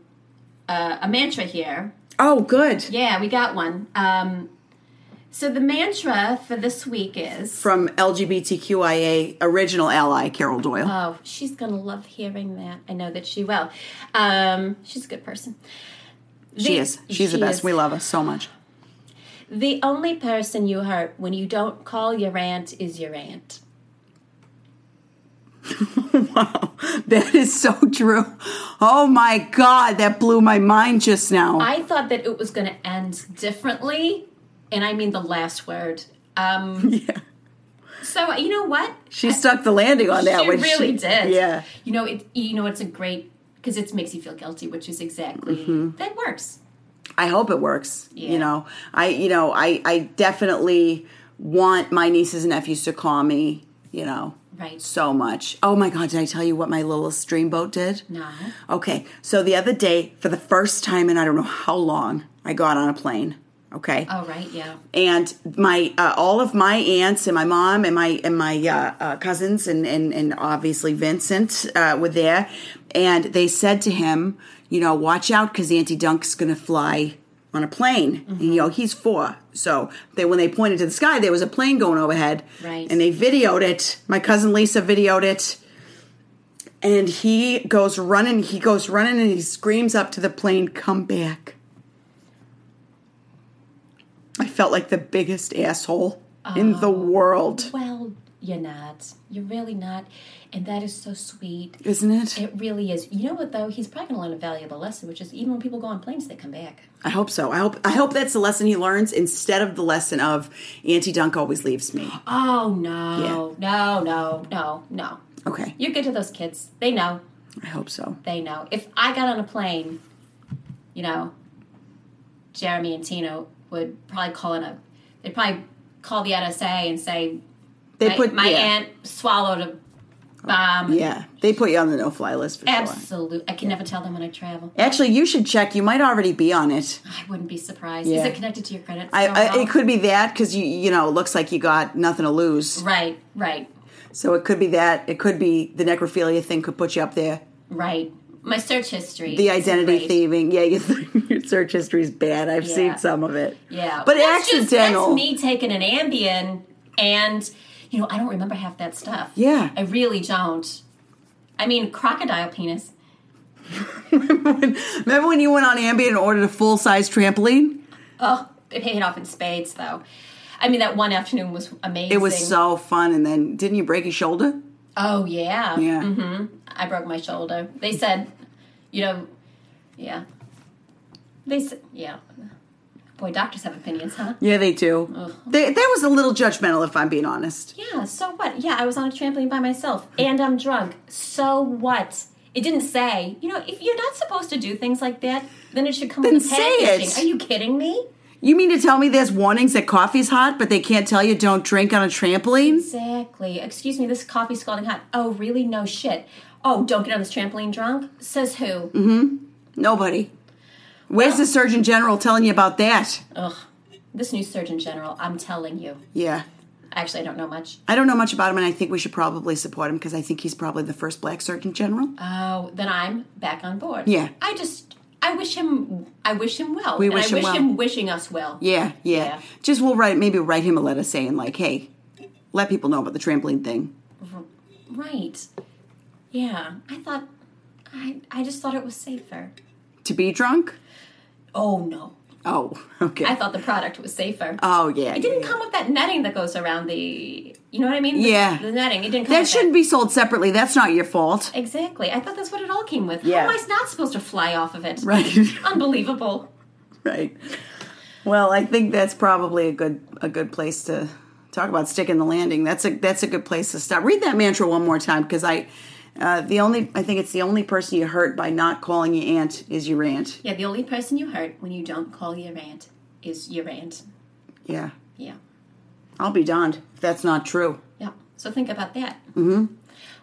C: uh, a mantra here
B: Oh, good.
C: Yeah, we got one. Um, so the mantra for this week is
B: From LGBTQIA original ally Carol Doyle.
C: Oh, she's going to love hearing that. I know that she will. Um, she's a good person.
B: she
C: the-
B: is. She's the
C: she
B: best.
C: is.
B: We love her so much. <laughs>
C: The only person you hurt when you don't call your aunt is your aunt.
B: wow, that is so true. Oh my God, that blew my mind just now.
C: I thought that it was going to end differently, and I mean the last word.
B: <laughs>
C: Um,
B: <laughs> yeah,
C: so you know what?
B: she stuck the landing on that
C: she
B: one.
C: really
B: She-
C: did.
B: Yeah.
C: You know it. You know it's a great because it makes you feel guilty, which is exactly that works.
B: I hope it works.
C: Yeah.
B: You know, I you know I I definitely want my nieces and nephews to call me. You know,
C: Right.
B: so much. Oh my god, did I tell you what my little streamboat did?
C: No.
B: Okay, so the other day, for the first time in I don't know how long, I got on a plane. Okay,
C: Oh right, yeah.
B: and my uh, all of my aunts and my mom and my and my uh, uh, cousins and and and obviously Vincent uh, were there, and they said to him, you know, watch out because Auntie Dunk's gonna fly on a plane. And, you know, he's four, so they when they pointed to the sky, there was a plane going overhead,
C: Right.
B: And they videoed it. My cousin Lisa videoed it. And he goes running, he goes running and he screams up to the plane, come back. I felt like the biggest asshole in
C: Oh.
B: the world,
C: Well, you're not. You're really not. And that is so sweet.
B: isn't it?
C: It really is. You know what though? He's probably gonna learn a valuable lesson, which is even when people go on planes, they come back.
B: I hope so. I hope I hope that's the lesson he learns instead of the lesson of Auntie Dunk always leaves me.
C: Oh no, no, no, no, no.
B: Okay.
C: You're good to those kids. They know.
B: I hope so.
C: They know. If I got on a plane, you know, Jeremy and Tino would probably call in a they'd probably call the NSA and say
B: They
C: my,
B: put
C: my
B: yeah,
C: aunt swallowed a bomb.
B: Yeah. They put you on the no fly list for sure.
C: Absolute. I can never tell them when I travel.
B: Actually, you should check. You might already be on it.
C: I wouldn't be surprised.
B: Yeah.
C: Is it connected to your credit?
B: I, I,
C: somehow?
B: it could be that because you you know it looks like you got nothing to lose,
C: Right, right,
B: so it could be that. It could be the necrophilia thing could put you up there.
C: right. My search history.
B: The
C: is
B: identity
C: great.
B: thieving, yeah, your, <laughs> your search history's bad. I've
C: Yeah.
B: seen some of it. <laughs>
C: Yeah,
B: but
C: That's just-
B: accidental.
C: that's me taking an Ambien, and you know I don't remember half that stuff.
B: Yeah.
C: I really don't. I mean, crocodile penis.
B: Remember when you went on Ambien and ordered a full size trampoline?
C: Oh, it paid off in spades, though. I mean, that one afternoon was amazing.
B: It was so fun. And then didn't you break your shoulder?
C: Oh yeah. Mm-hmm.
B: Yeah,
C: I broke my shoulder. They said, you know, yeah. They said, yeah. Boy, doctors have opinions, huh?
B: yeah, they do. They, that was a little judgmental, if I'm being honest.
C: Yeah, so what? Yeah, I was on a trampoline by myself and I'm drunk. So what? It didn't say, you know, if you're not supposed to do things like that, then it should come
B: Then
C: in the
B: say it.
C: packaging. Are you kidding me?
B: You mean to tell me there's warnings that coffee's hot, but they can't tell you don't drink on a trampoline?
C: Exactly. Excuse me, this coffee's scalding hot. Oh, really? No shit. Oh, don't get on this trampoline drunk. Says who?
B: Mm-hmm. Nobody. Where's the Surgeon General telling you about that?
C: Ugh. This new Surgeon General, I'm telling you.
B: Yeah.
C: Actually, I don't know much.
B: I don't know much about him, and I think we should probably support him because I think he's probably the first black Surgeon General.
C: Oh, then I'm back on board.
B: Yeah.
C: I just, I wish him, I wish him well.
B: We
C: and
B: wish
C: I
B: him
C: wish
B: well.
C: him wishing us well.
B: yeah, yeah,
C: yeah.
B: Just we'll write, maybe write him a letter saying, like, hey, let people know about the trampoline thing.
C: Right. Yeah. I thought, I, I just thought it was safer.
B: To be drunk?
C: Oh, no.
B: Oh, <laughs> okay.
C: I thought the product was safer.
B: oh, yeah.
C: it didn't come with that netting that goes around the, you know what I mean? The-
B: Yeah.
C: The netting. It didn't come
B: That
C: with
B: shouldn't be sold separately. That's not your fault. <laughs>
C: Exactly. I thought that's what it all came with.
B: Yeah.
C: How am I not supposed to fly off of it?
B: Right.
C: Unbelievable.
B: <laughs> right. Well, I think that's probably a good a good place to talk about sticking the landing. That's a that's a good place to stop. Read that mantra one more time because I uh, the only I think it's the only person you hurt by not calling your aunt is your aunt.
C: Yeah, the only person you hurt when you don't call your aunt is your aunt.
B: Yeah,
C: Yeah.
B: I'll be darned if that's not true.
C: Yeah. So think about that. Mm-hmm.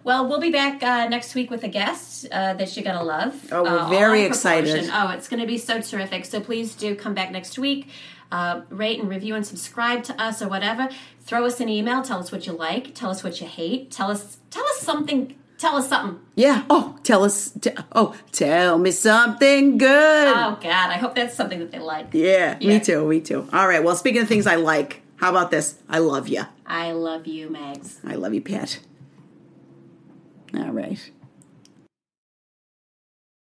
C: Well, we'll be back uh, next week with a guest uh, that you're gonna love.
B: Oh, we're
C: Uh, all
B: very
C: in
B: excited.
C: proportion. Oh, it's gonna be so terrific. So please do come back next week. Uh, rate and review and subscribe to us or whatever. Throw us an email. Tell us what you like. Tell us what you hate. Tell us. Tell us something. Tell us something.
B: Yeah. Oh, tell us. T- oh, tell me something good.
C: Oh God, I hope that's something that they like.
B: Mm. yeah,
C: yeah.
B: me too. Me too. All right. Well, speaking of things I like, how about this? I love you.
C: I love you, Mags.
B: I love you, Pat. All right.